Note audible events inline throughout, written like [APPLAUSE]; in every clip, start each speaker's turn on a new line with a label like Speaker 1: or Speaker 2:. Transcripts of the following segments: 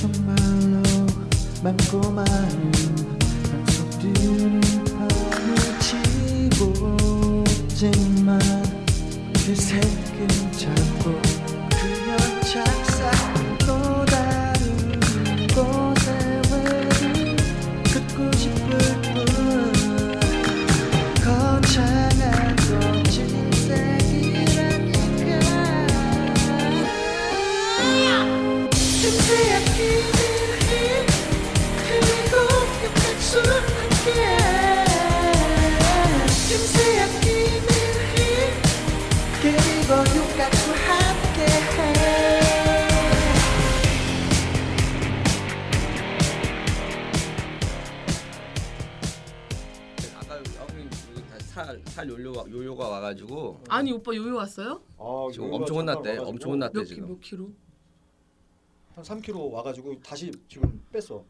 Speaker 1: 정말로 맘고 마음 속들은 파묻히고 있지만 그 새끼 잡고 그녀 착상 또 다른 곳에 외를 듣고 싶을 뿐 거창한 거친 인생이라니까 진지한 기대해 그리고 약속할게 진지한 기대해 그리고 약속할게
Speaker 2: 아까 형님 여기 다 살, 살 요요가, 요요가 와가지고
Speaker 3: 아니 오빠 요요 왔어요?
Speaker 4: 아,
Speaker 2: 지금
Speaker 4: 여기가
Speaker 2: 엄청
Speaker 4: 잠깐
Speaker 2: 혼났대.
Speaker 4: 와가지고
Speaker 2: 엄청 혼났대
Speaker 3: 몇 키,
Speaker 2: 네, 지금. 어.
Speaker 3: 몇 키로?
Speaker 4: 한 3kg 와가지고 다시 지금 뺐어.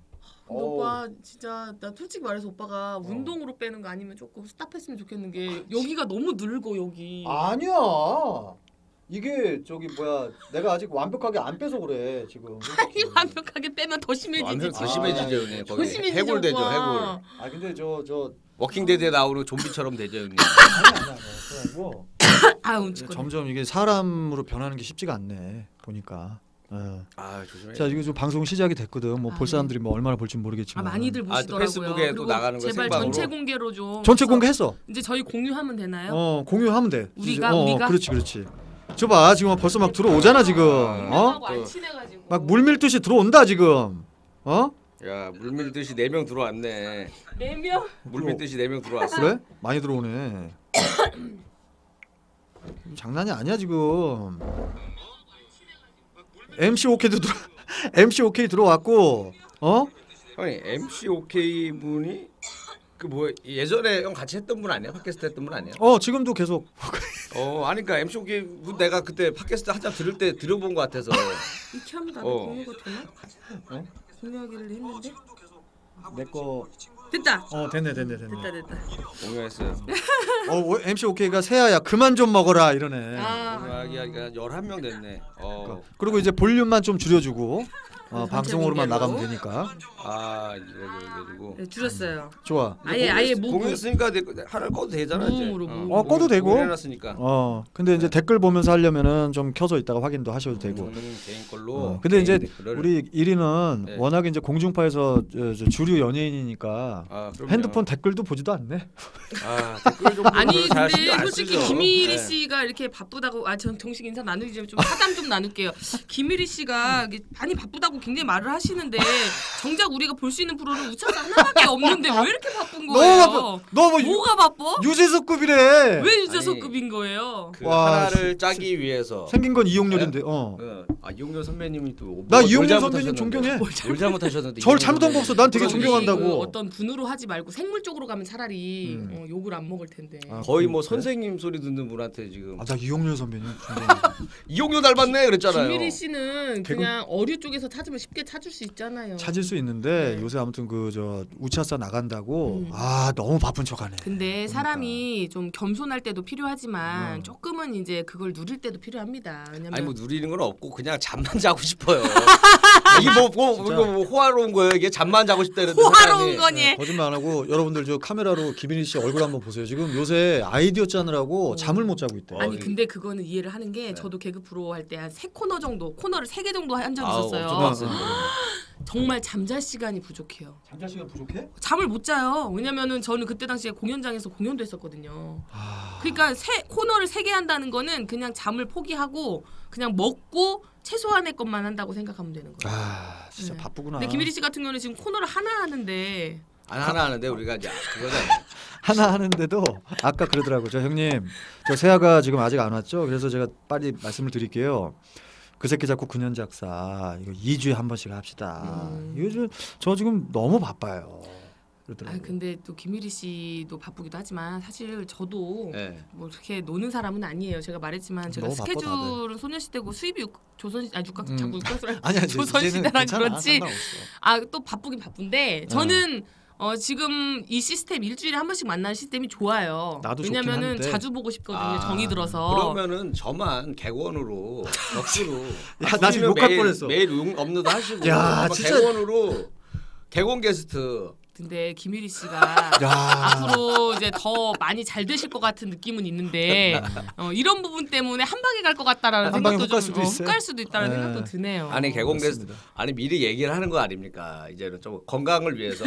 Speaker 3: 근데
Speaker 4: 어우.
Speaker 3: 오빠 진짜 나 솔직히 말해서 오빠가
Speaker 2: 어.
Speaker 3: 운동으로 빼는 거 아니면 조금 스탑했으면 좋겠는 게 여기가 너무 늙어 여기.
Speaker 4: 아니야. 이게 저기 뭐야 내가 아직 완벽하게 안 빼서 그래
Speaker 3: [LAUGHS]
Speaker 4: 지금.
Speaker 3: 이 완벽하게 빼면 더 심해지지.
Speaker 2: 완전
Speaker 4: 아,
Speaker 2: 더 심해지죠 형님.
Speaker 3: 더
Speaker 2: 거기
Speaker 3: 심해지죠
Speaker 2: 해골되죠
Speaker 3: 오빠.
Speaker 2: 해골.
Speaker 4: 아 근데 저 저
Speaker 2: 워킹데드에 나오는 좀비처럼 되죠 형님.
Speaker 4: 아니 아니 아니 그래가지고
Speaker 3: 아 움찔거려.
Speaker 5: 점점 이게 사람으로 변하는 게 쉽지가 않네 보니까. 예.
Speaker 2: 아 조심해.
Speaker 5: 자 이거 지금 방송 시작이 됐거든. 뭐 볼
Speaker 3: 아,
Speaker 5: 사람들이 뭐 얼마나 볼지
Speaker 3: 아
Speaker 5: 모르겠지만.
Speaker 3: 많이들
Speaker 2: 아,
Speaker 3: 보시더라고요.
Speaker 2: 또 페이스북에 또
Speaker 3: 그리고
Speaker 2: 나가는 거
Speaker 3: 제발
Speaker 2: 생방으로.
Speaker 3: 전체 공개로 좀.
Speaker 5: 전체
Speaker 3: 해서
Speaker 5: 공개했어.
Speaker 3: 이제 저희 공유하면 되나요?
Speaker 5: 어 공유하면 돼.
Speaker 3: 우리가,
Speaker 5: 어, 어,
Speaker 3: 우리가?
Speaker 5: 그렇지 그렇지. 저봐 지금 벌써 막 들어오잖아 지금. 어?
Speaker 3: 하고 안 친해가지고.
Speaker 5: 막 물밀듯이 들어온다 지금. 어?
Speaker 2: 야 물밀듯이 네 명 들어왔네.
Speaker 3: 네 명.
Speaker 2: 물밀듯이 네 명 들어왔어.
Speaker 5: 그래? 많이 들어오네. [COUGHS] 장난이 아니야 지금. MC 오케이도 들어. [LAUGHS] MC 오케이 들어왔고. 어?
Speaker 2: 형님 MC OK 분이 그 뭐 예전에 형 같이 했던 분 아니야? 팟캐스트 했던 분 아니야?
Speaker 5: 어 지금도 계속.
Speaker 2: 어 아니까 MC OK 분 내가 그때 팟캐스트 한참 들을 때 들어본 것 같아서.
Speaker 3: 이렇게 하면 나도
Speaker 2: 어.
Speaker 3: 공유가 되나?
Speaker 4: 어?
Speaker 3: 공유하기를 했는데.
Speaker 4: 내거
Speaker 3: 됐다.
Speaker 5: 어 됐네 됐네
Speaker 3: 됐다 됐다.
Speaker 2: 공유했어요.
Speaker 5: 어 오- MC 오케이가 세아야 그만 좀 먹어라 이러네.
Speaker 3: 아.
Speaker 2: 공유하기가 11명 됐네. 어.
Speaker 5: 그러니까. 그리고 이제 볼륨만 좀 줄여주고 어,
Speaker 3: 전체
Speaker 5: 방송으로만
Speaker 3: 공개로.
Speaker 5: 나가면 되니까.
Speaker 2: 아 이거 이거 가지고.
Speaker 3: 네, 줄였어요.
Speaker 5: 좋아.
Speaker 3: 아예 아예 뭐그 무
Speaker 2: 공유했으니까 내- 하나를 꺼도 되잖아 이제.
Speaker 3: 무음으로, 무음으로.
Speaker 5: 어, 꺼도 되고.
Speaker 2: 공유해놨으니까.
Speaker 5: 어 근데 이제 댓글 보면서 하려면은 좀 켜서 있다가 확인도 하셔도 되고.
Speaker 2: 저는 개인 걸로.
Speaker 5: 어, 근데 이제
Speaker 2: 음. 개인 댓글을-
Speaker 5: 우리 1위는
Speaker 2: 네.
Speaker 5: 워낙에 이제 공중파에서 저, 저 주류 연예인이니까
Speaker 2: 아, 그럼요.
Speaker 5: 핸드폰 댓글도 보지도 않네.
Speaker 2: 아, 댓글 좀
Speaker 3: 아니
Speaker 2: 별로 잘 신경
Speaker 3: 근데
Speaker 2: 안
Speaker 3: 솔직히
Speaker 2: 쓰죠.
Speaker 3: 김일희
Speaker 2: 네.
Speaker 3: 씨가 이렇게 바쁘다고 아 전 정식 인사 나누기 전에 좀 사담 좀 나눌게요. 김일희 씨가 이게 많이 바쁘다고 굉장히 말을 하시는데 정작 우리가 볼 수 있는 프로는 우차사 하나밖에 없는데 왜 이렇게 바쁜 거예요?
Speaker 5: 너무 바빠. 너무 유- 네.
Speaker 3: 뭐가 바빠?
Speaker 5: 유재석급이래.
Speaker 3: 왜 유재석급인 거예요?
Speaker 2: 그
Speaker 5: 와,
Speaker 2: 하나를 짜기 위해서.
Speaker 5: 생긴 건 이용렬인데. 어.
Speaker 2: 어, 아 이용렬 선배님이 또. 뭐
Speaker 5: 나
Speaker 2: 뭘
Speaker 5: 이용렬 선배님
Speaker 2: 잘못하셨는데.
Speaker 5: 존경해.
Speaker 2: 뭘 잘못- 뭘 잘못하셨는데.
Speaker 5: 절
Speaker 2: 이용렬
Speaker 5: 잘못한 거 없어. 난 되게
Speaker 3: 우리
Speaker 2: 선배님.
Speaker 3: 그
Speaker 5: 존경한다고.
Speaker 3: 어떤 분으로 하지 말고 생물 쪽으로 가면 차라리
Speaker 5: 음.
Speaker 3: 어, 욕을 안 먹을 텐데.
Speaker 5: 아,
Speaker 2: 거의 뭐
Speaker 5: 그래?
Speaker 2: 선생님 소리 듣는 분한테 지금
Speaker 5: 아, 나 이용렬 선배님.
Speaker 2: 이용렬 닮았네 그랬잖아요.
Speaker 3: 김일희 씨는
Speaker 5: 개그-
Speaker 3: 그냥 어류 쪽에서 찾으면 쉽게 찾을 수 있잖아요.
Speaker 5: 찾을 수 있는데
Speaker 3: 네.
Speaker 5: 요새 아무튼 그 저 우차사 나간다고
Speaker 3: 음.
Speaker 5: 아 너무 바쁜 척하네.
Speaker 3: 근데
Speaker 2: 그러니까.
Speaker 3: 사람이 좀 겸손할 때도 필요하지만
Speaker 5: 음.
Speaker 3: 조금은 이제 그걸 누릴 때도 필요합니다. 왜냐면
Speaker 2: 아니 뭐 누리는 건 없고 그냥 잠만 [LAUGHS]
Speaker 5: [LAUGHS]
Speaker 2: 자고 싶어요. 이뭐 뭐, 뭐, 이거 뭐 호화로운 거예요. 이게 잠만 자고 싶다는데.
Speaker 3: 호화로운
Speaker 2: 사람이. 네,
Speaker 3: 거니.
Speaker 5: 네, 거짓말 안 하고 여러분들 저 카메라로 김민희 씨 얼굴 한번 보세요. 지금 요새 아이디어 짜느라고 잠을 못 자고 있대.
Speaker 3: 아니 근데 그거는 이해를 하는 게
Speaker 2: 네.
Speaker 3: 저도 개그 프로 할 때 한 세 코너 정도 코너를 세 개 정도 한 적이
Speaker 2: 아우,
Speaker 3: 있었어요.
Speaker 2: 엄청 빡세네.
Speaker 3: 정말 잠잘 시간이 부족해요.
Speaker 4: 잠잘 시간 부족해?
Speaker 3: 잠을 못 자요. 왜냐면은 저는 그때 당시에 공연장에서 공연도 했었거든요.
Speaker 5: 아,
Speaker 2: 아.
Speaker 3: 그러니까 세 코너를 세 개 한다는 거는 그냥 잠을 포기하고 그냥 먹고 최소한의 것만 한다고 생각하면 되는 거예요.
Speaker 5: 아 진짜
Speaker 3: 네.
Speaker 5: 바쁘구나.
Speaker 3: 근데 김일희 씨 같은 경우는 지금 코너를 하나 하는데
Speaker 2: 안 하나 하는데 우리가 이제 그거는
Speaker 5: [LAUGHS] 하나 하는데도 아까 그러더라고 저 형님 저 세아가 지금 아직 안 왔죠 그래서 제가 빨리 말씀을 드릴게요 그 새끼 자꾸 근현 작사 이거 2주에 한 번씩 합시다
Speaker 3: 음.
Speaker 5: 요즘 저 지금 너무 바빠요
Speaker 3: 아
Speaker 5: 그러더라고요
Speaker 3: 근데 또 김일희 씨도 바쁘기도 하지만 사실 저도
Speaker 2: 네.
Speaker 3: 뭐 이렇게 노는 사람은 아니에요. 제가 말했지만 제가
Speaker 5: 너무 바빠,
Speaker 3: 스케줄은 소녀시대고 수입이 육, 조선 아 육각
Speaker 5: 음.
Speaker 3: 자꾸 육각수라
Speaker 5: 아니야 네. 이제-
Speaker 3: 조선시대랑
Speaker 5: 이제는 괜찮아,
Speaker 3: 그렇지
Speaker 5: 상관없어.
Speaker 3: 아 또 바쁘긴 바쁜데 저는 어, 지금 이 시스템 일주일에 한 번씩 만나는 시스템이 좋아요.
Speaker 5: 나도 좋긴
Speaker 3: 왜냐면은
Speaker 5: 한데.
Speaker 3: 자주 보고 싶거든요.
Speaker 2: 아,
Speaker 3: 정이 들어서.
Speaker 2: 그러면은 저만 객원으로 역으로
Speaker 5: [LAUGHS] 야, 나 지금
Speaker 2: 우리는
Speaker 5: 욕할
Speaker 2: 매일-
Speaker 5: 뻔했어.
Speaker 2: 매일 용 업로드 하시고
Speaker 5: 야,
Speaker 2: 정말
Speaker 5: 진짜.
Speaker 2: 객원으로 객원 게스트
Speaker 3: 근데
Speaker 5: [LAUGHS]
Speaker 3: 김유리 씨가 아,
Speaker 5: 야.
Speaker 3: 앞으로 이제 더 많이 잘 되실 것 같은 느낌은 있는데 어, 이런 부분 때문에 한 방에 갈 것 같다라는
Speaker 5: 한 방에
Speaker 3: 생각도
Speaker 5: 훅갈
Speaker 3: 좀
Speaker 5: 수도
Speaker 3: 어,
Speaker 5: 있어요.
Speaker 3: 훅갈 수도 있다는
Speaker 5: 네.
Speaker 3: 생각도 드네요.
Speaker 2: 아니 개공 게스트
Speaker 5: 맞습니다.
Speaker 2: 아니 미리 얘기를 하는 거 아닙니까? 이제는 좀 건강을 위해서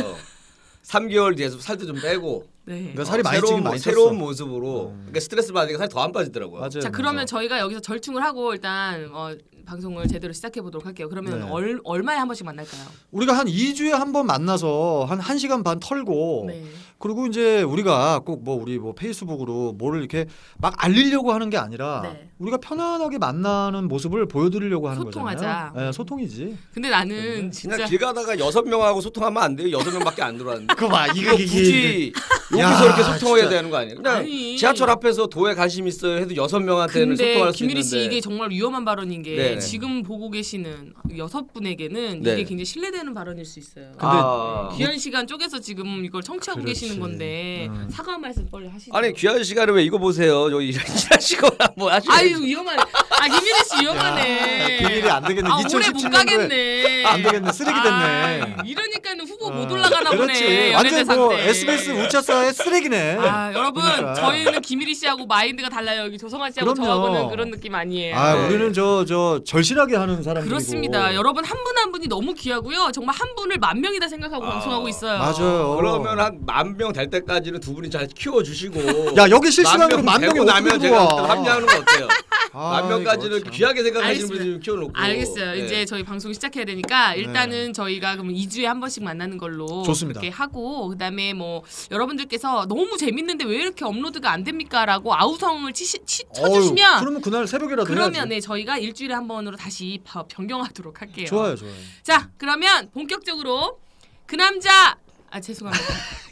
Speaker 2: 3개월 뒤에서 살도 좀 빼고
Speaker 3: 네.
Speaker 5: 그러니까 살이 많이
Speaker 2: 새로운
Speaker 5: 찌긴 많이
Speaker 2: 모- 새로운
Speaker 5: 쪘어.
Speaker 2: 모습으로
Speaker 5: 음.
Speaker 2: 그러니까 스트레스 받으니까 살이 더 안 빠지더라고요.
Speaker 5: 맞아요.
Speaker 3: 자
Speaker 5: 맞아요.
Speaker 3: 그러면 저희가 여기서 절충을 하고 일단 어, 방송을 제대로 시작해 보도록 할게요. 그러면
Speaker 5: 네.
Speaker 3: 얼, 얼마에 한 번씩 만날까요?
Speaker 5: 우리가 한 2주에 한 번 만나서 한 1시간 반 털고
Speaker 3: 네.
Speaker 5: 그리고 이제 우리가 꼭 뭐 우리 뭐 페이스북으로 뭐를 이렇게 막 알리려고 하는 게 아니라
Speaker 3: 네.
Speaker 5: 우리가 편안하게 만나는 모습을 보여드리려고 하는
Speaker 3: 소통하자. 음.
Speaker 5: 거잖아요. 예, 소통이지.
Speaker 3: 근데 나는 진짜
Speaker 2: 그냥 길 가다가 여섯 명하고 소통하면 안 돼요. 여섯 명밖에
Speaker 5: [LAUGHS]
Speaker 2: 안 들어왔는데.
Speaker 5: 그거 봐.
Speaker 2: 이거 굳이 여기서 이렇게 소통해야
Speaker 5: 진짜.
Speaker 2: 되는 거 아니에요? 그냥
Speaker 3: 아니.
Speaker 2: 지하철 앞에서 도에 관심 있어요 해도 여섯 명한테는
Speaker 3: 근데
Speaker 2: 소통할 수
Speaker 3: 김유리
Speaker 2: 있는데.
Speaker 3: 씨 이게 정말 위험한 발언인 게
Speaker 2: 네네.
Speaker 3: 지금 보고 계시는 여섯 분에게는
Speaker 2: 네.
Speaker 3: 이게 굉장히 신뢰되는 발언일 수 있어요.
Speaker 5: 근데
Speaker 2: 아.
Speaker 3: 귀한 시간 쪼개서 지금 이걸 청취하고
Speaker 5: 그렇지.
Speaker 3: 계시는 건데
Speaker 5: 음.
Speaker 3: 사과 말씀 빨리 하시죠.
Speaker 2: 아니 귀한 시간에 왜 이거 보세요? 저기 [LAUGHS] 일하시거나 뭐 하시고.
Speaker 3: 아유 위험하네. 아 김유리 씨 위험하네.
Speaker 5: 그 일이 안 되겠네.
Speaker 3: 아 올해 못
Speaker 5: 2017년도에
Speaker 3: 가겠네.
Speaker 5: 안 되겠네. 쓰레기 됐네.
Speaker 3: 아, 이러니까는 후보
Speaker 5: 아,
Speaker 3: 못 올라가나 보네.
Speaker 5: 그렇지. 완전
Speaker 3: 연예대상
Speaker 5: 뭐
Speaker 3: 때.
Speaker 5: SBS 우차사의 쓰레기네.
Speaker 3: 아 여러분
Speaker 5: 그러니까.
Speaker 3: 저희는 김유리 씨하고 마인드가 달라요. 여기 조성아 씨하고
Speaker 5: 그럼요.
Speaker 3: 저하고는 그런 느낌 아니에요. 네.
Speaker 5: 아,
Speaker 2: 네.
Speaker 5: 우리는 저 저 절실하게 하는 사람들이고.
Speaker 3: 예. 그렇습니다. 여러분 한 분 한 분이 너무 귀하고요. 정말 한 분을 만 명이다 생각하고
Speaker 2: 아,
Speaker 3: 방송하고 있어요.
Speaker 5: 맞아요.
Speaker 2: 그러면 한 만 명 될 때까지는 두 분이 잘 키워주시고.
Speaker 5: 야, 여기 실시간으로 만 명이
Speaker 2: 되고
Speaker 5: 어떻게
Speaker 2: 나면 제가
Speaker 5: 들어와.
Speaker 2: 그때 합류하는 거 어때요?
Speaker 5: 아,
Speaker 2: 만 명까지는
Speaker 5: 이거 참.
Speaker 2: 귀하게 생각하시는 분들
Speaker 3: 알겠습니다.
Speaker 2: 좀 키워놓고.
Speaker 3: 알겠어요.
Speaker 5: 예.
Speaker 2: 네.
Speaker 3: 이제 저희 방송 시작해야 되니까 일단은 저희가 그럼 2주에 한 번씩 만나는 걸로
Speaker 5: 네. 좋습니다.
Speaker 3: 그렇게 하고 그다음에 뭐 여러분들께서 너무 재밌는데 왜 이렇게 업로드가 안 됩니까라고 아우성을 치시, 치,
Speaker 5: 어휴,
Speaker 3: 쳐주시면
Speaker 5: 그러면 그날 새벽이라도
Speaker 3: 그러면
Speaker 5: 해야지.
Speaker 3: 네, 저희가 일주일에 한 번으로 다시 바- 변경하도록 할게요.
Speaker 5: 좋아요, 좋아요.
Speaker 3: 자, 그러면 본격적으로 그 남자 아 죄송합니다.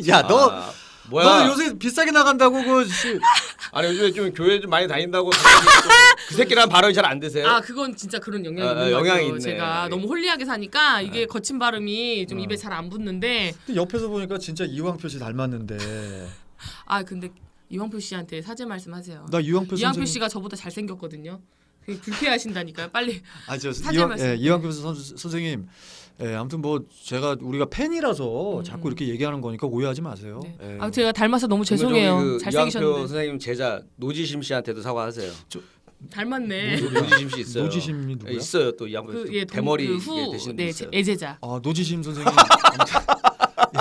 Speaker 5: 야, 너
Speaker 2: 아, 뭐야?
Speaker 5: 너 요새 비싸게 나간다고 그 씨.
Speaker 2: 아니 요즘에 좀 교회 좀 많이 다닌다고 그 새끼랑 발언이 잘 안
Speaker 5: 네.
Speaker 2: 되세요?
Speaker 3: 아 그건 진짜 그런 영향이
Speaker 2: 아,
Speaker 3: 있는
Speaker 2: 아,
Speaker 3: 것
Speaker 2: 영향이
Speaker 3: 같아요.
Speaker 2: 있네.
Speaker 3: 제가 너무 홀리하게 사니까
Speaker 5: 네.
Speaker 3: 이게 거친 발음이
Speaker 5: 어.
Speaker 3: 좀 입에 잘 안 붙는데
Speaker 5: 근데 옆에서 보니까 진짜 이황표 씨 닮았는데.
Speaker 3: 아 근데 이황표 씨한테 사죄 말씀하세요.
Speaker 5: 나
Speaker 2: 그
Speaker 5: 이황표
Speaker 3: 이황표
Speaker 5: 선생님-
Speaker 3: 씨가 저보다 잘 생겼거든요. 불쾌하신다니까요. 빨리
Speaker 5: 아, 저
Speaker 3: 사죄
Speaker 5: 이왕,
Speaker 3: 말씀.
Speaker 5: 예, 이왕 교수 선, 선생님. 예, 아무튼 뭐 제가 우리가 팬이라서 자꾸 이렇게 얘기하는 거니까 오해하지
Speaker 2: 어?
Speaker 5: 마세요.
Speaker 3: 음, 네.
Speaker 5: 예.
Speaker 3: 아 제가 닮아서 너무 죄송해요.
Speaker 2: 그 이왕표
Speaker 3: 잘생기셨는데
Speaker 2: 선생님 제자 노지심 씨한테도 사과하세요. 그
Speaker 3: 닮았네.
Speaker 5: 노지-
Speaker 2: 노지심 씨 있어요. 예,
Speaker 5: 노지심이 누구야?
Speaker 2: 있어요 또 이왕표
Speaker 3: 그, 예, 동-
Speaker 2: 대머리
Speaker 3: 그
Speaker 2: 예,
Speaker 3: 후,
Speaker 2: 되시는 분
Speaker 3: 네, 제-
Speaker 2: 있어요.
Speaker 3: 애제자.
Speaker 5: 아, 노지심 선생님. 아무튼,
Speaker 2: [LAUGHS]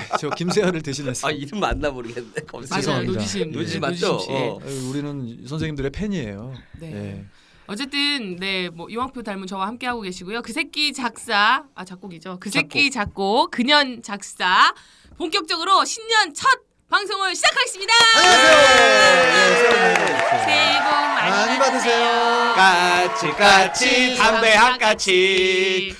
Speaker 5: 예, 저 김세아를 대신해서.
Speaker 2: 아 이름 맞나 모르겠는데 검색.
Speaker 3: 맞아요,
Speaker 5: 죄송합니다.
Speaker 3: 노지심.
Speaker 2: 예. 노지심
Speaker 3: 네,
Speaker 2: 맞죠?
Speaker 3: 노지심 씨.
Speaker 2: 어.
Speaker 5: 예, 우리는 선생님들의 팬이에요.
Speaker 3: 네.
Speaker 5: 예.
Speaker 3: 어쨌든 네뭐 이왕표 닮은 저와 함께 하고 계시고요. 그 새끼 작사 아 작곡이죠. 그 새끼 작곡 그년 작사 본격적으로 신년 첫 방송을 시작하겠습니다.
Speaker 2: 네.
Speaker 3: 네. 새해 복 많이,
Speaker 5: 많이 받으세요.
Speaker 2: 까치 까치 담배 한 까치.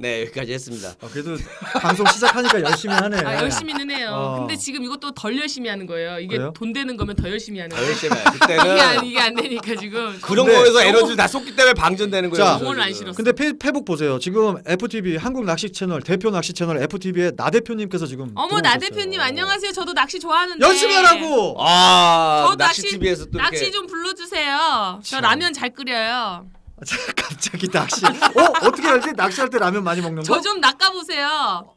Speaker 2: 네 여기까지 했습니다.
Speaker 5: 아, 그래도 방송 시작하니까 열심히 하네.
Speaker 3: 아 열심히는 해요.
Speaker 5: 어.
Speaker 3: 근데 지금 이것도 덜 열심히 하는 거예요. 이게
Speaker 5: 그래요?
Speaker 3: 돈 되는 거면 더 열심히 하는
Speaker 2: 더
Speaker 3: 거예요.
Speaker 2: 열심히 해요.
Speaker 3: 이게 안,
Speaker 2: [LAUGHS] 그때는
Speaker 3: 이게 안 되니까 지금
Speaker 2: 그런
Speaker 5: 근데
Speaker 2: 거에서 에너지를 다 쏟기 때문에 방전되는 거예요.
Speaker 5: 자,
Speaker 2: 그래서
Speaker 3: 영혼을 안
Speaker 2: 지금.
Speaker 3: 실었어.
Speaker 5: 근데 페, 페북 보세요. 지금 FTV 한국 낚시 채널 대표 낚시 채널 FTV의 나 대표님께서 지금
Speaker 3: 어머 나
Speaker 5: 들어오셨어요.
Speaker 3: 대표님 안녕하세요. 네. 저도 낚시 좋아하는데
Speaker 5: 열심히 하라고.
Speaker 2: 아
Speaker 3: 저
Speaker 2: 낚시 TV에서 또
Speaker 3: 낚시
Speaker 2: 이렇게
Speaker 3: 좀 불러주세요. 저
Speaker 5: 참.
Speaker 3: 라면 잘 끓여요.
Speaker 5: 아, 참, 갑자기 낚시. 어 어떻게 알지? 낚시할 때 라면 많이 먹는 거?
Speaker 3: 저 좀 낚아보세요.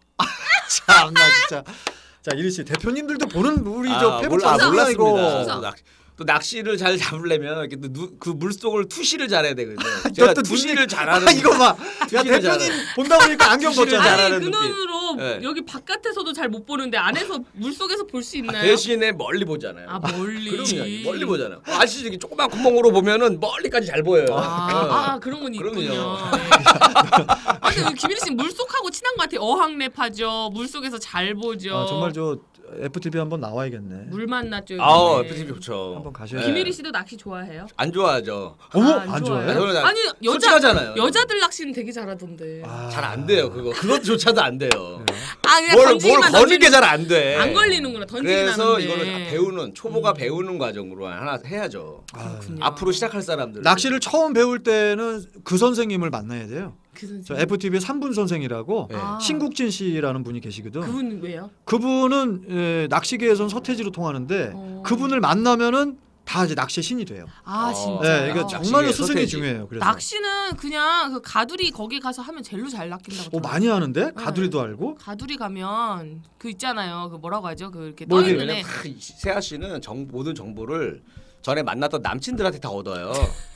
Speaker 5: 참나 진짜. 자 이리 씨 대표님들도 보는 우리 저
Speaker 2: 아,
Speaker 5: 페북
Speaker 2: 몰라,
Speaker 5: 방송이야,
Speaker 2: 몰랐습니다. 아,
Speaker 5: 이거. 아,
Speaker 3: 순서.
Speaker 2: 또, 낚, 또 낚시를 잘 잡으려면 이렇게 누- 그 물속을 투시를 잘해야 되거든요.
Speaker 5: 너
Speaker 2: 제가
Speaker 5: 또
Speaker 2: 투시를
Speaker 5: 아, 눈이-
Speaker 2: 잘하는
Speaker 5: 아, 이거 봐. 야
Speaker 2: 투시를
Speaker 5: 대표님
Speaker 2: 잘하는-
Speaker 5: 본다 보니까 안경
Speaker 2: 투시를
Speaker 5: 벗잖아.
Speaker 2: 잘하는
Speaker 3: 아니 그
Speaker 2: 눈빛.
Speaker 3: 놈으로
Speaker 2: 네.
Speaker 3: 여기 바깥에서도 잘 못 보는데 안에서 물 속에서 볼 수 있나요?
Speaker 2: 아, 대신에 멀리 보잖아요.
Speaker 3: 네. 아 멀리.
Speaker 2: 그럼요. 멀리 보잖아요. 아시죠? 이게 조그만 구멍으로 보면은 멀리까지 잘 보여요. 어.
Speaker 3: 아, 아 그런 건
Speaker 2: 그럼요.
Speaker 3: 있군요. 네. 아, 근데 그 김일희 씨 물속하고 친한 것 같아요. 어학랩하죠. 물속에서 잘 보죠.
Speaker 5: 아, 정말 저 FTV 한번 나와야겠네.
Speaker 3: 물 만났죠.
Speaker 2: 아우 어,
Speaker 3: 요즘에.
Speaker 2: FTV 좋죠.
Speaker 5: 네.
Speaker 2: 네.
Speaker 5: 한번 가셔야
Speaker 3: 김일희 씨도 낚시 좋아해요?
Speaker 2: 안 좋아하죠.
Speaker 5: 어머
Speaker 3: 아,
Speaker 5: 안 좋아해?
Speaker 2: 좋아요?
Speaker 3: 아니 여자
Speaker 2: 솔직하잖아요.
Speaker 3: 여자들 낚시는 되게 잘하던데.
Speaker 5: 아. 네.
Speaker 2: 잘 안 돼요 그거. 그것조차도 안 돼요.
Speaker 3: 아 그냥
Speaker 2: 뭘, 뭘
Speaker 3: 던지기만
Speaker 2: 거는
Speaker 3: 던지는
Speaker 2: 게 잘 안 돼.
Speaker 3: 안 걸리는구나 던지기만
Speaker 2: 그래서
Speaker 3: 하는데.
Speaker 2: 이걸 다 배우는
Speaker 5: 음.
Speaker 2: 초보가 배우는 과정으로 하나 해야죠.
Speaker 3: 아,
Speaker 5: 아,
Speaker 3: 그렇군요.
Speaker 2: 앞으로 시작할 사람들
Speaker 5: 낚시를 처음 배울 때는 그 선생님을 만나야 돼요.
Speaker 3: 그 선생님.
Speaker 5: 저 FTV 3분 선생이라고
Speaker 2: 음. 네.
Speaker 3: 아,
Speaker 5: 신국진 씨라는 분이 계시거든.
Speaker 3: 그분 왜요?
Speaker 5: 그분은 예, 낚시계에선 서태지로 통하는데
Speaker 3: 어.
Speaker 5: 그분을 만나면은 다 이제 낚시 신이 돼요.
Speaker 3: 아
Speaker 2: 어.
Speaker 3: 진짜.
Speaker 5: 네,
Speaker 3: 요
Speaker 5: 이거
Speaker 2: 그러니까 낚시계
Speaker 5: 정말로 스승이
Speaker 2: 서태지.
Speaker 5: 중요해요. 그래서
Speaker 3: 낚시는 그냥 그 가두리 거기 가서 하면 젤로 잘 낚인다고.
Speaker 5: 어,
Speaker 3: 들었어요.
Speaker 5: 많이
Speaker 3: 네.
Speaker 5: 하는데 가두리도 알고
Speaker 3: 가두리 가면 그 있잖아요. 그 뭐라고 하죠? 그 이렇게 네.
Speaker 5: 뭐
Speaker 3: 떠
Speaker 5: 이게
Speaker 3: 있는
Speaker 2: 왜냐면
Speaker 3: 애.
Speaker 2: 다 이- 세아 씨는 정, 모든 정보를 전에 만났던 남친들한테
Speaker 5: [LAUGHS]
Speaker 2: 다 얻어요.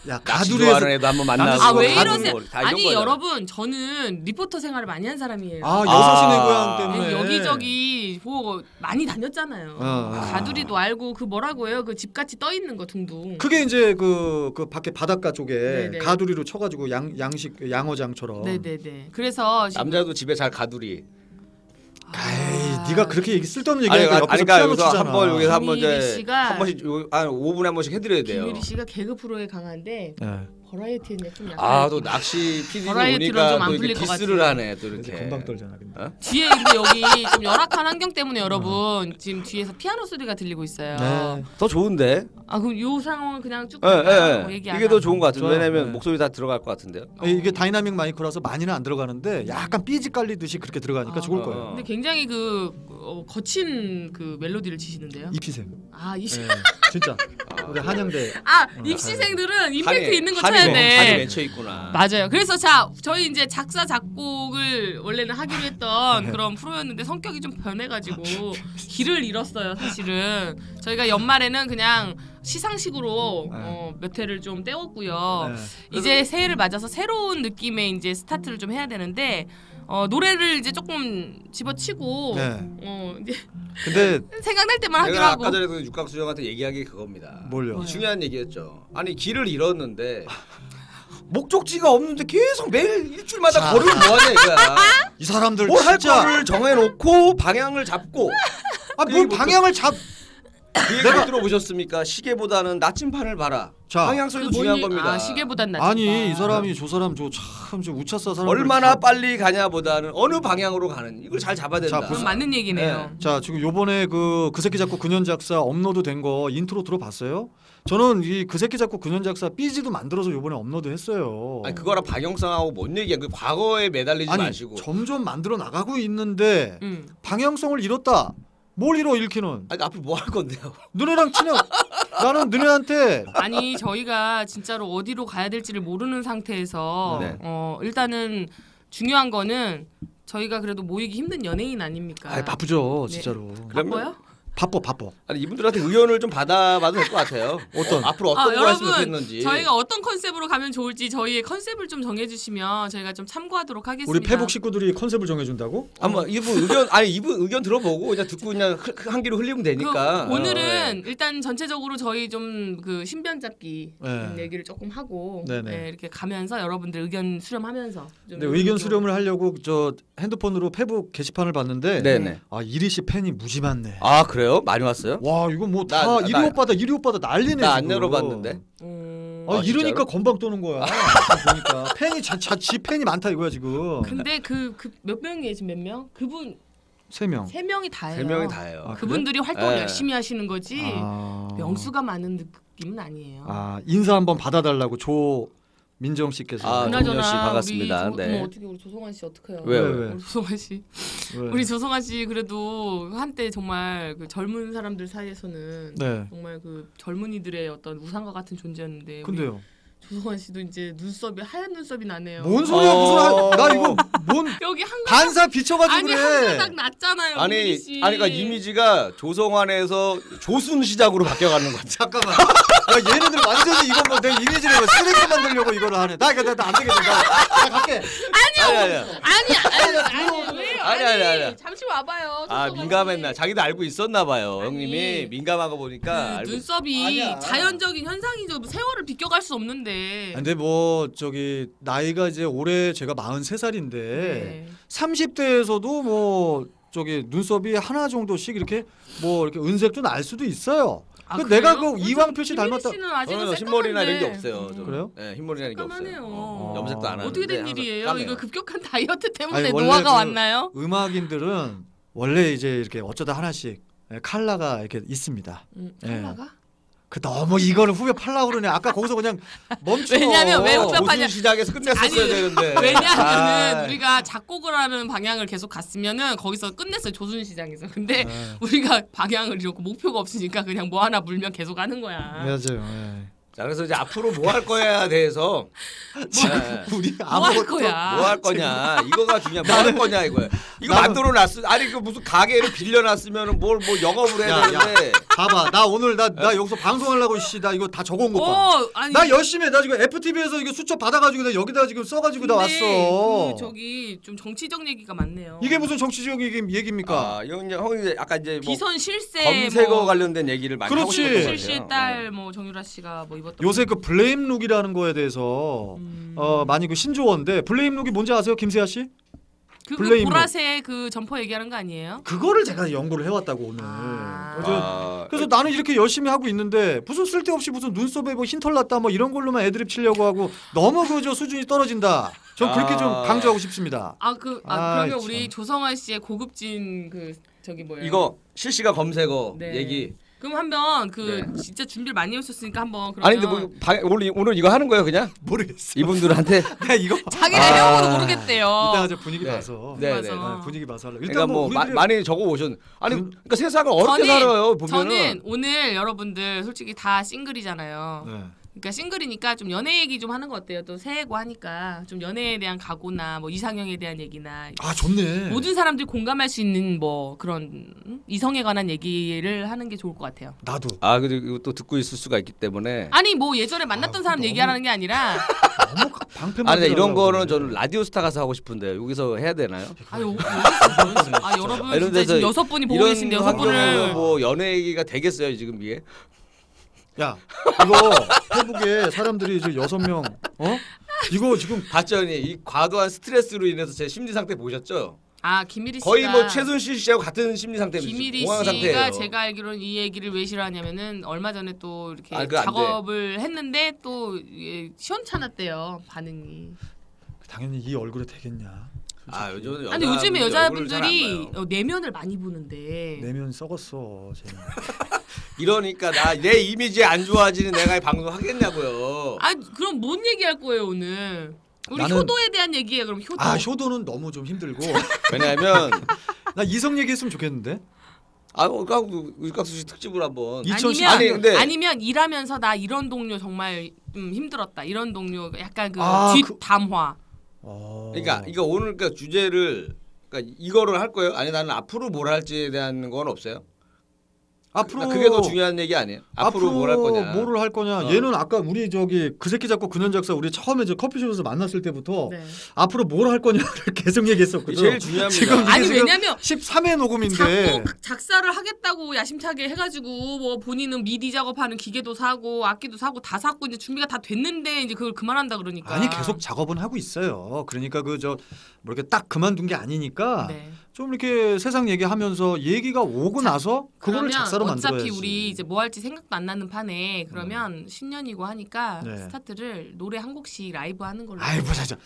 Speaker 5: 야
Speaker 2: 낚시
Speaker 5: 가두리에서
Speaker 2: 좋아하는 애도 한번
Speaker 5: 나는
Speaker 2: 만나고
Speaker 5: 아,
Speaker 3: 아왜
Speaker 5: 다
Speaker 3: 이러세요?
Speaker 2: 뭐, 다 이런
Speaker 3: 아니
Speaker 2: 거잖아.
Speaker 3: 여러분 저는 리포터 생활을 많이 한 사람이에요.
Speaker 5: 아
Speaker 2: 아.
Speaker 5: 여섯시내 고향
Speaker 3: 네,
Speaker 5: 때문에
Speaker 3: 여기저기 뭐 많이 다녔잖아요.
Speaker 5: 어, 어.
Speaker 3: 가두리도 알고 그 뭐라고 해요? 그 집같이 떠 있는 거 둥둥.
Speaker 5: 그게 이제 그, 그 밖에 바닷가 쪽에
Speaker 3: 네네.
Speaker 5: 가두리로 쳐가지고 양 양식 양어장처럼.
Speaker 3: 네네네. 그래서 시-
Speaker 2: 남자도 집에 잘 가두리.
Speaker 5: 에이,
Speaker 3: 아,
Speaker 5: 네가 그렇게 얘기 쓸데없는
Speaker 2: 아니,
Speaker 5: 얘기하니까
Speaker 2: 아니,
Speaker 5: 옆에서
Speaker 2: 그러니까
Speaker 5: 피아노
Speaker 2: 여기서
Speaker 5: 치잖아.
Speaker 2: 한번 여기서 한번
Speaker 3: 김유리
Speaker 2: 이제
Speaker 3: 씨가-
Speaker 2: 한 번씩 요- 한 5분에 한 번씩 해드려야 돼요.
Speaker 3: 김유리 씨가 개그 프로에 강한데
Speaker 5: 네.
Speaker 3: 버라이어티는 좀 약간
Speaker 2: 아 또 낚시 PD님
Speaker 3: 버라이어티로 좀
Speaker 2: 오니까
Speaker 3: 안
Speaker 2: 또 이렇게
Speaker 3: 풀릴 것
Speaker 2: 디스를
Speaker 3: 같아요.
Speaker 2: 하네 또 이렇게.
Speaker 5: 이제 금방 떨잖아. 근데.
Speaker 3: 뒤에 근데 여기 좀 열악한 환경 때문에 여러분 지금 뒤에서 피아노 소리가 들리고 있어요.
Speaker 5: 네.
Speaker 2: 더 좋은데.
Speaker 3: 아 그럼 요 상황은 그냥 쭉
Speaker 2: 예, 예, 예.
Speaker 3: 뭐 얘기 안
Speaker 2: 이게 더
Speaker 3: 하고.
Speaker 2: 좋은 것 같아요.
Speaker 5: 좋아요.
Speaker 2: 왜냐면
Speaker 5: 네.
Speaker 2: 목소리 다 들어갈 것 같은데요.
Speaker 3: 어.
Speaker 5: 이게 다이나믹 마이크라서 많이는 안 들어가는데 약간 삐지 깔리듯이 그렇게 들어가니까
Speaker 3: 아.
Speaker 5: 좋을 거예요.
Speaker 3: 근데 굉장히 그 어, 거친 그 멜로디를 치시는데요. [LAUGHS]
Speaker 5: 입히생.
Speaker 3: 아 입시
Speaker 2: 예.
Speaker 5: 네. 진짜. 우리 한양대
Speaker 3: 아 입시생들은 임팩트 있는 네. 거 쳐야
Speaker 2: 어, 한이
Speaker 3: 돼.
Speaker 2: 한이 맺혀 있구나.
Speaker 3: 맞아요. 그래서 자 저희 이제 작사 작곡을 원래는 하기로
Speaker 2: 예.
Speaker 3: 했던 그런 프로였는데 성격이 좀
Speaker 2: 아,
Speaker 3: 변해가지고 길을 잃었어요. 사실은 저희가 연말에는 그냥 시상식으로
Speaker 2: 예.
Speaker 5: 네.
Speaker 3: 어, 몇 회를 좀 때웠고요.
Speaker 5: 네.
Speaker 3: 이제 새해를 맞아서 새로운 느낌의 이제 스타트를 좀 해야 되는데 어, 노래를 이제 조금 집어치고
Speaker 5: 네.
Speaker 3: 어, 이제 [LAUGHS]
Speaker 5: 근데
Speaker 3: 생각날 때만 하기로
Speaker 2: 제가
Speaker 3: 하고
Speaker 2: 아까 전에도 그 육각수정한테 얘기한 게 그겁니다.
Speaker 5: 뭘요?
Speaker 3: 어.
Speaker 2: 중요한 얘기였죠. 아니 길을 잃었는데 목적지가 없는데 계속 매일 일주일마다
Speaker 5: 자.
Speaker 2: 거리를 뭐하냐 이거야.
Speaker 5: 이 사람들
Speaker 2: 뭘 할
Speaker 5: 진짜
Speaker 2: 거를 정해놓고 방향을 잡고
Speaker 5: 아뭘 방향을 잡
Speaker 2: 그 얘기 못 들어보셨습니까? 시계보다는 낮침판을 봐라.
Speaker 5: 자.
Speaker 2: 방향성이
Speaker 3: 그
Speaker 2: 더 중요한
Speaker 3: 본인-
Speaker 2: 겁니다.
Speaker 3: 아, 시계보단 낫지.
Speaker 5: 아니 이 사람이 저 사람 저참저 우차사
Speaker 3: 그렇죠.
Speaker 5: 사람
Speaker 2: 얼마나 빨리 가냐보다는 어느 방향으로 가는 이걸 잘 잡아야
Speaker 5: 자,
Speaker 2: 된다.
Speaker 3: 그건
Speaker 5: 무슨-
Speaker 3: 맞는 얘기네요.
Speaker 5: 자 지금 요번에 그 그새끼 자꾸 근현 작사 업로드 된 거 인트로 들어봤어요? 저는 이 그새끼 자꾸 근현 작사 삐지도 만들어서 요번에 업로드 했어요.
Speaker 2: 아니 그거랑 방향성하고 뭔 얘기야? 그 과거에 매달리지
Speaker 5: 아니,
Speaker 2: 마시고.
Speaker 5: 점점 만들어 나가고 있는데
Speaker 3: 음.
Speaker 5: 방향성을 잃었다. 뭘 잃어 읽히는
Speaker 2: 아니 앞으로 뭐 할 건데요?
Speaker 5: 너네랑 친해 나는 너네한테
Speaker 3: 아니 저희가 진짜로 어디로 가야 될지를 모르는 상태에서
Speaker 2: 네.
Speaker 3: 어, 일단은 중요한 거는 저희가 그래도 모이기 힘든 연예인 아닙니까?
Speaker 5: 아 바쁘죠 진짜로
Speaker 3: 바빠요?
Speaker 5: 네. 바빠 바빠
Speaker 2: 아니 이분들한테 의견을 좀 받아봐도 될 것 같아요.
Speaker 5: 어떤?
Speaker 2: 어, 앞으로
Speaker 3: 아,
Speaker 2: 어떤 거 했으면 좋겠는지.
Speaker 3: 여러분 저희가 어떤 컨셉으로 가면 좋을지 저희의 컨셉을 좀 정해주시면 저희가 좀 참고하도록 하겠습니다.
Speaker 5: 우리 페북 식구들이 컨셉을 정해준다고?
Speaker 2: 한번 이분 의견 아니 이분 의견 들어보고 그냥 듣고 그냥 흘- 한 귀로 흘리면 되니까.
Speaker 3: 그
Speaker 2: 어, 예.
Speaker 3: 오늘은 일단 전체적으로 저희 좀 그 신변 잡기
Speaker 5: 네.
Speaker 3: 좀 얘기를 조금 하고
Speaker 5: 네네.
Speaker 3: 네, 이렇게 가면서 여러분들 의견 수렴하면서 좀
Speaker 2: 네,
Speaker 5: 근데 의견 수렴을 하려고 저 핸드폰으로 페북 게시판을 봤는데
Speaker 2: 네네.
Speaker 5: 아 이리 씨 팬이 무지 많네.
Speaker 2: 아 그래요? 많이 왔어요?
Speaker 5: 와 이거 뭐
Speaker 2: 나-
Speaker 5: 다
Speaker 2: 나-
Speaker 5: 이리
Speaker 2: 나-
Speaker 5: 오빠다 이리 오빠다 난리네.
Speaker 2: 나 안
Speaker 5: 지금.
Speaker 2: 열어봤는데.
Speaker 3: 음...
Speaker 5: 아,
Speaker 2: 아, 진짜요?
Speaker 5: 이러니까 건방 떠는 거야. 지금 보니까 팬이 자지 팬이 많다 이거야 지금.
Speaker 2: 네.
Speaker 3: 근데 그 그 몇 명이에요 지금 몇 명? 그분
Speaker 5: 세 명.
Speaker 3: 세 명이 다예요.
Speaker 2: 어. 세 명이 다예요.
Speaker 5: 아,
Speaker 3: 그분들이 활동을
Speaker 2: 예.
Speaker 3: 열심히 하시는 거지
Speaker 5: 아...
Speaker 3: 명수가 많은 느낌은 아니에요.
Speaker 5: 아 인사 한번 받아달라고 조 민정 씨께서.
Speaker 2: 아,
Speaker 3: 그나저나
Speaker 2: 동료 씨 반갑습니다.
Speaker 3: 우리 조,
Speaker 2: 네.
Speaker 3: 어머, 어떻게 우리 조성환 씨 어떡해요?
Speaker 2: 왜,
Speaker 5: 왜, 왜?
Speaker 3: 우리 조성환 씨.
Speaker 5: 왜?
Speaker 3: 우리 조성환 씨 그래도 한때 정말 그 젊은 사람들 사이에서는
Speaker 5: 네.
Speaker 3: 정말 그 젊은이들의 어떤 우상과 같은 존재였는데 우리
Speaker 5: 근데요.
Speaker 3: 조성환 씨도 이제 눈썹이 하얀 눈썹이 나네요.
Speaker 5: 뭔 소리야 무슨
Speaker 2: 어.
Speaker 5: 하... 나 이거 뭔
Speaker 3: 여기 한 가닥
Speaker 5: 반사 비춰가지고
Speaker 3: 아니 한
Speaker 5: 그래.
Speaker 3: 가닥 났잖아요.
Speaker 2: 아니
Speaker 3: 민희
Speaker 2: 아니
Speaker 3: 씨.
Speaker 2: 그러니까 이미지가 조성환에서 조순 시작으로 바뀌어가는 것 같아.
Speaker 5: 잠깐만. 야, 얘네들 완전히 이건 뭐 내 이미지를 뭐 쓰레기 만들려고 이거를 하네. 나 이거 나안 되겠어. 나, 나 갈게.
Speaker 2: 아니 아니. 아니.
Speaker 3: 아니 아니 아니 왜요?
Speaker 2: 아니,
Speaker 3: 아니
Speaker 2: 아니,
Speaker 3: 아니,
Speaker 2: 아니.
Speaker 3: 잠시 와봐요.
Speaker 2: 아
Speaker 3: 조성환 씨.
Speaker 2: 민감했나? 자기도 알고 있었나 봐요.
Speaker 3: 아니.
Speaker 2: 형님이 민감한 거 보니까
Speaker 3: 그
Speaker 2: 알고. 있-
Speaker 3: 눈썹이
Speaker 4: 아니야.
Speaker 3: 자연적인 현상이죠. 뭐 세월을 비껴갈 수 없는데.
Speaker 5: 근데 뭐 저기 나이가 이제 올해 제가 43살인데
Speaker 3: 네.
Speaker 2: 네.
Speaker 5: 30대에서도 뭐 저기 눈썹이 하나 정도씩 이렇게 뭐 이렇게 은색도 날 수도 있어요.
Speaker 3: 아,
Speaker 5: 그 내가
Speaker 3: 그래요?
Speaker 5: 그 이왕
Speaker 3: 어,
Speaker 5: 표시
Speaker 3: 김민희
Speaker 5: 닮았다-
Speaker 3: 씨는 아직은
Speaker 2: 저는
Speaker 3: 새까만데.
Speaker 2: 흰머리나 이런 게 없어요. 저는.
Speaker 5: 그래요?
Speaker 2: 네, 흰머리라는 게
Speaker 3: 새까만해요.
Speaker 2: 없어요.
Speaker 5: 어.
Speaker 2: 염색도 안 하는데
Speaker 3: 어떻게 된
Speaker 2: 항상
Speaker 3: 일이에요?
Speaker 2: 까매요.
Speaker 3: 이거 급격한 [LAUGHS] 다이어트 때문에
Speaker 5: 아니, 원래
Speaker 3: 노화가
Speaker 5: 그-
Speaker 3: 왔나요?
Speaker 5: 음악인들은 원래 이제 이렇게 어쩌다 하나씩 예, 칼라가 이렇게 있습니다.
Speaker 3: 음,
Speaker 5: 예.
Speaker 3: 컬러가?
Speaker 5: 그 너무 이거는 후벼 팔라 그러네. 아까 거기서 그냥 멈추고.
Speaker 3: 왜냐면 왜 후벼 팔-
Speaker 2: 무슨 어, 시작에서 끝냈었어야
Speaker 3: 아니,
Speaker 2: 되는데.
Speaker 3: [LAUGHS] 왜냐하면은
Speaker 5: 아.
Speaker 3: 우리가 작곡을 하는 방향을 계속 갔으면은 거기서 끝냈어요 조순시장에서. 근데
Speaker 5: 아,
Speaker 3: 우리가 방향을 잃고 목표가 없으니까 그냥 뭐 하나 물면 계속 하는 거야. 뭐
Speaker 5: 맞아요. 네.
Speaker 2: 자, 그래서 이제 앞으로 뭐 할 거야에 대해서
Speaker 5: 예. 지금
Speaker 2: 네.
Speaker 5: 우리
Speaker 3: 뭐 할
Speaker 5: 아무것도
Speaker 3: 거야?
Speaker 2: 뭐 할 거냐 이거가 중요해 뭐할 거냐 이거야 이거
Speaker 5: 나는-
Speaker 2: 만들어 놨어 아니 그 무슨 가게를 빌려 놨으면 뭘 뭐 영업을 해야
Speaker 5: 야, 야.
Speaker 2: 되는데
Speaker 5: 봐봐. 나 오늘 나 나 여기서 방송하려고 씨 나 이거 다 적어온 거 봐.
Speaker 3: 어, 아니.
Speaker 5: 나 열심히 해. 나 지금 FTV에서 이거 수첩 받아가지고 나 여기다 지금 써가지고 나
Speaker 3: 근데
Speaker 5: 왔어.
Speaker 3: 그 저기 좀 정치적 얘기가 많네요.
Speaker 5: 이게 무슨 정치적 얘기, 얘기입니까?
Speaker 2: 아 이건 이제 형이 이제 아까 이제 뭐
Speaker 3: 비선 실세
Speaker 2: 검색어
Speaker 3: 뭐
Speaker 2: 관련된 얘기를 많이 하고
Speaker 5: 그렇지.
Speaker 2: 싶었던 것 같아요. 네.
Speaker 3: 실세 딸뭐 정유라 씨가 뭐 입었던
Speaker 5: 요새 그 블레임 룩이라는 거에 대해서
Speaker 3: 음.
Speaker 5: 어 많이 그 신조어인데 블레임 룩이 뭔지 아세요, 김세아 씨?
Speaker 3: 그, 그
Speaker 5: 블레임으로.
Speaker 3: 보라색 그 점퍼 얘기하는 거 아니에요?
Speaker 5: 그거를 제가 연구를 해왔다고 오늘. 어,
Speaker 3: 아.
Speaker 5: 그래서
Speaker 2: 아,
Speaker 5: 그래서 나는 이렇게 열심히 하고 있는데 무슨 쓸데없이 무슨 눈썹에 뭐 흰 털 났다 뭐 이런 걸로만 애드립 치려고 하고 너무 그저 수준이 떨어진다. 전 그렇게 좀
Speaker 2: 아.
Speaker 5: 강조하고 싶습니다.
Speaker 3: 아 그 아,
Speaker 5: 아,
Speaker 3: 그러면
Speaker 5: 참.
Speaker 3: 우리 조성아 씨의 고급진 그 저기 뭐예요?
Speaker 2: 이거 실시간 검색어
Speaker 3: 네.
Speaker 2: 얘기
Speaker 3: 그럼 한번 그
Speaker 2: 네.
Speaker 3: 진짜 준비를 많이 했었으니까 한번 그러면
Speaker 2: 아니 근데 뭐 방- 오늘 오늘 이거 하는 거예요 그냥 [LAUGHS]
Speaker 5: 모르겠어.
Speaker 2: 이분들한테
Speaker 5: 내가 이거
Speaker 3: 자기가
Speaker 2: 아.
Speaker 3: 해먹어도 모르겠대요.
Speaker 5: 이따 저 분위기
Speaker 2: 네.
Speaker 5: 봐서
Speaker 2: 네,
Speaker 3: 네.
Speaker 5: 네, 분위기 봐서 하려고.
Speaker 2: 그러니까
Speaker 5: 일단
Speaker 2: 뭐
Speaker 5: 뭐
Speaker 2: 마,
Speaker 5: 우리들이
Speaker 2: 많이 적어 오신 아니 그러니까 세상을 어렵게
Speaker 3: 저는-
Speaker 2: 살아요 보면은
Speaker 3: 저는 오늘 여러분들 솔직히 다 싱글이잖아요.
Speaker 5: 네.
Speaker 3: 그러니까 싱글이니까 좀 연애 얘기 좀 하는 거 어때요? 또 새해고 하니까 좀 연애에 대한 각오나 뭐 이상형에 대한 얘기나
Speaker 5: 아 좋네.
Speaker 3: 모든 사람들이 공감할 수 있는 뭐 그런 음? 이성에 관한 얘기를 하는 게 좋을 것 같아요.
Speaker 5: 나도
Speaker 2: 아 그리고 이거 또 듣고 있을 수가 있기 때문에
Speaker 3: 아니 뭐 예전에 만났던
Speaker 5: 아,
Speaker 3: 사람
Speaker 5: 너무-
Speaker 3: 얘기하라는 게 아니라
Speaker 5: 너무 방패만.
Speaker 2: 아니 이런
Speaker 5: 들으려고
Speaker 2: 거는
Speaker 5: 그러네.
Speaker 2: 저는 라디오 스타 가서 하고 싶은데 여기서 해야 되나요?
Speaker 3: 아니 오, 오, 아 여러분
Speaker 2: 이런
Speaker 3: 진짜 지금
Speaker 2: 데서
Speaker 3: 여섯 분이 보고
Speaker 2: 이런
Speaker 3: 계신데 여섯
Speaker 2: 환경으로
Speaker 3: 분을
Speaker 2: 뭐 연애 얘기가 되겠어요 지금 이게?
Speaker 5: 야 이거 페북에 사람들이 이제 여섯 명 어? 이거 지금
Speaker 2: 봤더니 이 과도한 스트레스로 인해서 제 심리 상태 보셨죠?
Speaker 3: 아 김일희 씨가
Speaker 2: 거의 뭐 최순실 씨하고 같은 심리 상태입니다.
Speaker 3: 김일희
Speaker 2: 공황
Speaker 3: 씨가
Speaker 2: 상태예요.
Speaker 3: 제가 알기로는 이 얘기를 왜 싫어하냐면은 얼마 전에 또 이렇게
Speaker 2: 아, 그거 안 돼.
Speaker 3: 작업을 했는데 또 이게 시원찮았대요 반응이.
Speaker 5: 당연히 이 얼굴에 되겠냐.
Speaker 2: 아 요즘
Speaker 3: 아니 요즘에 여자분들이 어, 내면을 많이 보는데
Speaker 5: 내면 썩었어. 쟤는.
Speaker 2: 이러니까 나 내 이미지 안 좋아지는 내가 이 방송 하겠냐고요.
Speaker 3: 아 그럼 뭔 얘기할 거예요 오늘? 우리
Speaker 5: 나는-
Speaker 3: 효도에 대한 얘기예요 그럼 효도.
Speaker 5: 아 효도는 너무 좀 힘들고
Speaker 2: 왜냐하면
Speaker 5: 나 이성 얘기했으면 좋겠는데.
Speaker 2: 아 울각수 씨 특집을 한번
Speaker 5: 이-
Speaker 3: 아니면
Speaker 5: 2010
Speaker 2: 아니, 근데-
Speaker 3: 아니면 일하면서 나 이런 동료 정말 음, 힘들었다 이런 동료 약간 그
Speaker 5: 아, 그-
Speaker 3: 뒷담화
Speaker 5: 어.
Speaker 2: 그러니까 이거 오늘 그러니까 주제를 그러니까 이거를 할 거예요? 아니 나는 앞으로 뭘 할지에 대한 건 없어요. 그러니까
Speaker 5: 앞으로
Speaker 2: 그게 더 중요한 얘기 아니에요? 앞으로, 뭘 할 거냐?
Speaker 5: 뭐를 할 거냐?
Speaker 2: 어.
Speaker 5: 얘는 아까 우리 저기 그 새끼 잡고 근현 작사 우리 처음에 저 커피숍에서 만났을
Speaker 2: 어.
Speaker 5: 때부터
Speaker 3: 네.
Speaker 5: 앞으로 뭘 할 거냐를 [LAUGHS] 계속 얘기했었거든.
Speaker 2: 제일 중요합니다.
Speaker 5: 지금 이게
Speaker 3: 아니,
Speaker 5: 지금
Speaker 3: 왜냐면
Speaker 5: 13회 녹음인데
Speaker 3: 그 작곡 작사를 하겠다고 야심차게 해가지고 뭐 본인은 미디 작업하는 기계도 사고 악기도 사고 다 사고 이제 준비가 다 됐는데 이제 그걸 그만한다 그러니까
Speaker 5: 아니 계속 작업은 하고 있어요. 그러니까 그 저 뭐 이렇게 딱 그만둔 게 아니니까
Speaker 3: 네.
Speaker 5: 좀 이렇게 세상 얘기하면서 얘기가 오고 나서 그거를
Speaker 3: 그러면
Speaker 5: 작사로
Speaker 3: 어차피
Speaker 5: 만들어야지. 음.
Speaker 3: 우리 이제 뭐 할지 생각도 안 나는 판에 그러면 신년이고 하니까
Speaker 5: 네.
Speaker 3: 스타트를 노래 한 곡씩 라이브 하는 걸로.
Speaker 5: 아이 보자 자.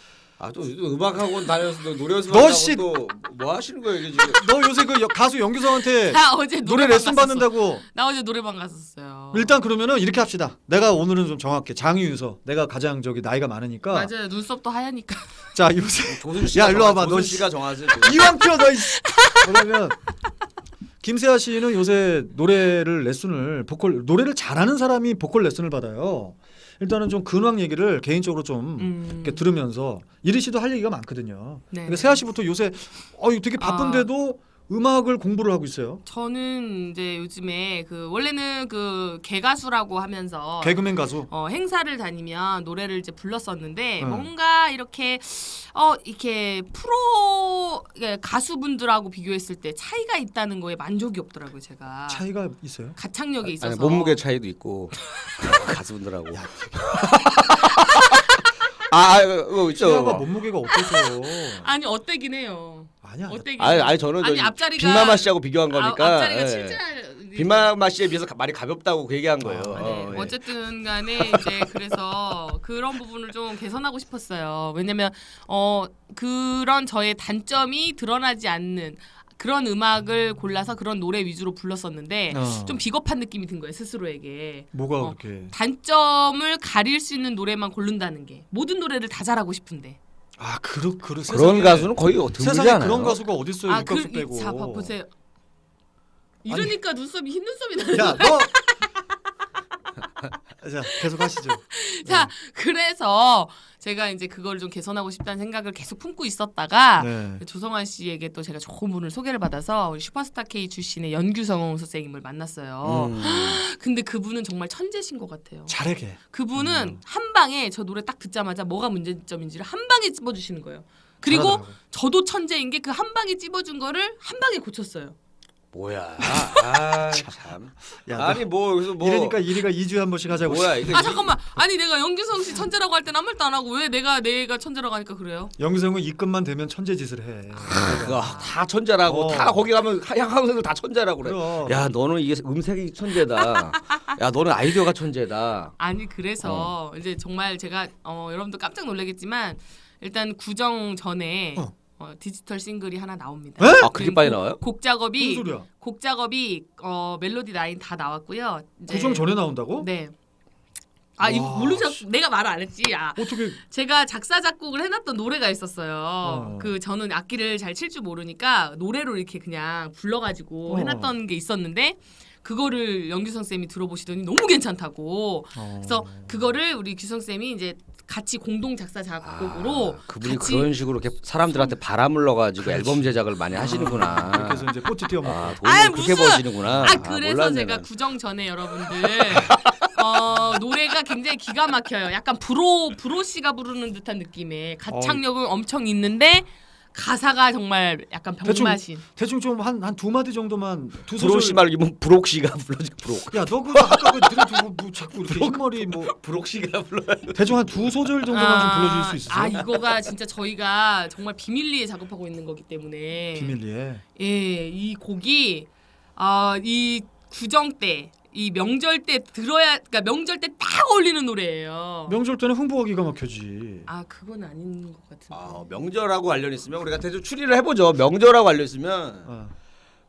Speaker 2: 아또 음악학원 다녀서 또 노래
Speaker 5: 너 씨-
Speaker 2: 연습한다고 또뭐 하시는 거예요 이게 지금?
Speaker 5: 너 요새 그 여- 가수
Speaker 3: [LAUGHS]
Speaker 5: 연기서한테
Speaker 3: [LAUGHS] 나 어제
Speaker 5: 노래
Speaker 3: 노래방
Speaker 5: 레슨
Speaker 3: 갔었어.
Speaker 5: 받는다고
Speaker 3: 나 어제 노래방 갔었어요.
Speaker 5: 일단 그러면은 이렇게 합시다. 내가 오늘은 좀 정확해. 장유서. 내가 가장 저기 나이가 많으니까.
Speaker 3: 맞아요. 눈썹도 하얘니까.
Speaker 5: 자 요새
Speaker 2: 조순 씨가
Speaker 5: 야, 일로
Speaker 2: 정하-
Speaker 5: 와봐, 너
Speaker 2: 조순
Speaker 5: 씨.
Speaker 2: 씨가 정하세요.
Speaker 5: [LAUGHS] 이왕표 너
Speaker 3: [LAUGHS]
Speaker 5: 이씨. 그러면 김세아 씨는 요새 노래를 레슨을 보컬 노래를 잘하는 사람이 보컬 레슨을 받아요. 일단은 좀 근황 얘기를 개인적으로 좀
Speaker 3: 음.
Speaker 5: 이렇게 들으면서 이리 씨도 할 얘기가 많거든요.
Speaker 3: 네. 아.
Speaker 5: 근데 세아 씨부터 요새 어 되게 바쁜데도 음악을 공부를 하고 있어요.
Speaker 3: 저는 이제 요즘에 그 원래는 그 개가수라고 하면서
Speaker 5: 개그맨 가수.
Speaker 3: 어, 행사를 다니면 노래를 이제 불렀었는데
Speaker 5: 음.
Speaker 3: 뭔가 이렇게 어 이렇게 프로 예, 가수분들하고 비교했을 때 차이가 있다는 거에 만족이 없더라고요 제가
Speaker 5: 차이가 있어요?
Speaker 3: 가창력에 있어서
Speaker 2: 아니, 몸무게 차이도 있고 [LAUGHS] 가수분들하고. [LAUGHS] 아, 아,
Speaker 5: 세아가
Speaker 2: 그거 있죠.
Speaker 5: 몸무게가 어때서?
Speaker 3: [LAUGHS] 아니 어때긴 해요
Speaker 5: 아니야. 아니야.
Speaker 3: 어때긴
Speaker 2: 아니,
Speaker 3: 해요.
Speaker 2: 아니 저는
Speaker 3: 아니,
Speaker 2: 저기
Speaker 3: 앞자리가-
Speaker 2: 빈마마 씨하고 비교한
Speaker 3: 아,
Speaker 2: 거니까.
Speaker 3: 앞자리가
Speaker 2: 예.
Speaker 3: 칠칠한
Speaker 2: 빈마마 씨에 비해서 가- 많이 가볍다고 그 얘기한 거예요.
Speaker 3: 아, 네.
Speaker 2: 어, 예.
Speaker 3: 어쨌든 간에 이제 그래서 그런 부분을 좀 개선하고 싶었어요. 왜냐면 어 그런 저의 단점이 드러나지 않는 그런 음악을 골라서 그런 노래 위주로 불렀었는데
Speaker 5: 어.
Speaker 3: 좀 비겁한 느낌이 든 거예요 스스로에게.
Speaker 5: 뭐가
Speaker 3: 어.
Speaker 5: 그렇게
Speaker 3: 단점을 가릴 수 있는 노래만 고른다는 게 모든 노래를 다 잘하고 싶은데
Speaker 5: 아 그런 그런
Speaker 2: 그런 가수는 거의 어,
Speaker 5: 세상에
Speaker 2: 드물잖아요.
Speaker 5: 그런 가수가 어디 있어요?
Speaker 3: 아,
Speaker 5: 육각수
Speaker 3: 이-
Speaker 5: 빼고.
Speaker 3: 자 봐, 보세요 이러니까 눈썹이 흰 눈썹이 나는
Speaker 5: 야 너. [LAUGHS] 자 계속 하시죠. 어.
Speaker 3: 자, 그래서 제가 이제 그걸 좀 개선하고 싶다는 생각을 계속 품고 있었다가
Speaker 5: 네.
Speaker 3: 조성환 씨에게 또 제가 좋은 분을 소개를 받아서 우리 슈퍼스타 K 출신의 연규성 선생님을 만났어요.
Speaker 2: 음.
Speaker 3: 근데 그분은 정말 천재신 것 같아요.
Speaker 5: 잘하게.
Speaker 3: 그분은
Speaker 5: 음.
Speaker 3: 한 방에 저 노래 딱 듣자마자 뭐가 문제점인지를 한 방에 찝어주시는 거예요. 그리고
Speaker 5: 잘하더라고요.
Speaker 3: 저도 천재인 게 그 한 방에 찝어준 거를 한 방에 고쳤어요.
Speaker 2: 뭐야? 아, 참.
Speaker 5: 야, 너
Speaker 2: 아니 뭐 여기서 뭐
Speaker 5: 이러니까 이리가 2 주에 한 번씩 하자고.
Speaker 2: 뭐야 이거
Speaker 3: 아 잠깐만, 아니 내가 연규성 씨 천재라고 할 땐 아무 말도 안 하고 왜 내가 내가 천재라고 하니까 그래요?
Speaker 5: 영성은 입금만 되면 천재 짓을 해.
Speaker 2: 아, 그거 다 천재라고
Speaker 5: 어.
Speaker 2: 다 거기 가면 향한사들 다 천재라고 그래.
Speaker 5: 그럼.
Speaker 2: 야 너는 이게 음색이 천재다. 야 너는 아이디어가 천재다.
Speaker 3: 아니 그래서 이제 정말 제가 어, 여러분도 깜짝 놀라겠지만 일단 구정 전에
Speaker 5: 어.
Speaker 3: 어. 디지털 싱글이 하나 나옵니다.
Speaker 5: 에?
Speaker 2: 아 그렇게 빨리 나와요?
Speaker 3: 곡
Speaker 5: 무슨
Speaker 3: 작업이
Speaker 5: 소리야?
Speaker 3: 곡 작업이 어, 멜로디 라인 다 나왔고요. 이제-
Speaker 5: 고정 전에
Speaker 2: 어?
Speaker 5: 나온다고?
Speaker 3: 네. 아, 이거
Speaker 5: 와, 씨.
Speaker 3: 모르셨 내가 말을 안 했지. 아,
Speaker 5: 어떻게
Speaker 3: 제가 작사 작곡을 해놨던 노래가 있었어요.
Speaker 5: 어.
Speaker 3: 그 저는 악기를 잘 칠 줄 모르니까 노래로 이렇게 그냥 불러가지고
Speaker 5: 어.
Speaker 3: 해놨던 게 있었는데 그거를 영규성 쌤이 들어보시더니 너무 괜찮다고.
Speaker 2: 어.
Speaker 3: 그래서 그거를 우리 규성 쌤이 이제 같이 공동 작사 작곡으로
Speaker 2: 아, 그분이
Speaker 3: 같이
Speaker 2: 그런 식으로 이렇게 사람들한테 바람을 넣어가지고 앨범 제작을 많이 하시는구나.
Speaker 5: 이렇게 해서 이제 꽃이 튀어 먹고.
Speaker 2: 아,
Speaker 3: 아이,
Speaker 2: 돈을 그렇게
Speaker 3: 무슨-
Speaker 2: 버시는구나.
Speaker 3: 아 그래서
Speaker 2: 몰랐네,
Speaker 3: 제가
Speaker 2: 난.
Speaker 3: 구정 전에 여러분들 [LAUGHS] 어, 노래가 굉장히 기가 막혀요. 약간 브로 브로 씨가 부르는 듯한 느낌의 가창력은
Speaker 5: 어.
Speaker 3: 엄청 있는데 가사가 정말 약간
Speaker 5: 대충- 그
Speaker 3: 병맛인.
Speaker 5: 대충 좀 한 한 두 마디 정도만 두
Speaker 2: 브록
Speaker 5: 소절.
Speaker 2: 씨 말고 브록
Speaker 3: [LAUGHS]
Speaker 2: 씨가 불러지 브록.
Speaker 5: 야너 그 아까 그 들어 뭐, 뭐 자꾸 이렇게 흰머리 뭐
Speaker 2: 브록 씨가 불러야
Speaker 5: 대충 한 두 소절 정도만 좀 불러줄 수 있으세요?
Speaker 3: 아 이거가 진짜 저희가 정말 비밀리에 작업하고 있는 거기 때문에
Speaker 5: 비밀리에.
Speaker 3: 예, 이 곡이 아, 이 구정 때, 이 명절 때 들어야 그러니까 명절 때 딱 어울리는 노래예요.
Speaker 5: 명절 때는 흥부가 기가 막혀지.
Speaker 3: 아, 그건 아닌 것 같은데.
Speaker 2: 아, 명절하고 관련 있으면 우리가 대충 추리를 해보죠. 명절하고 관련
Speaker 3: 아,
Speaker 2: 있으면
Speaker 5: 어,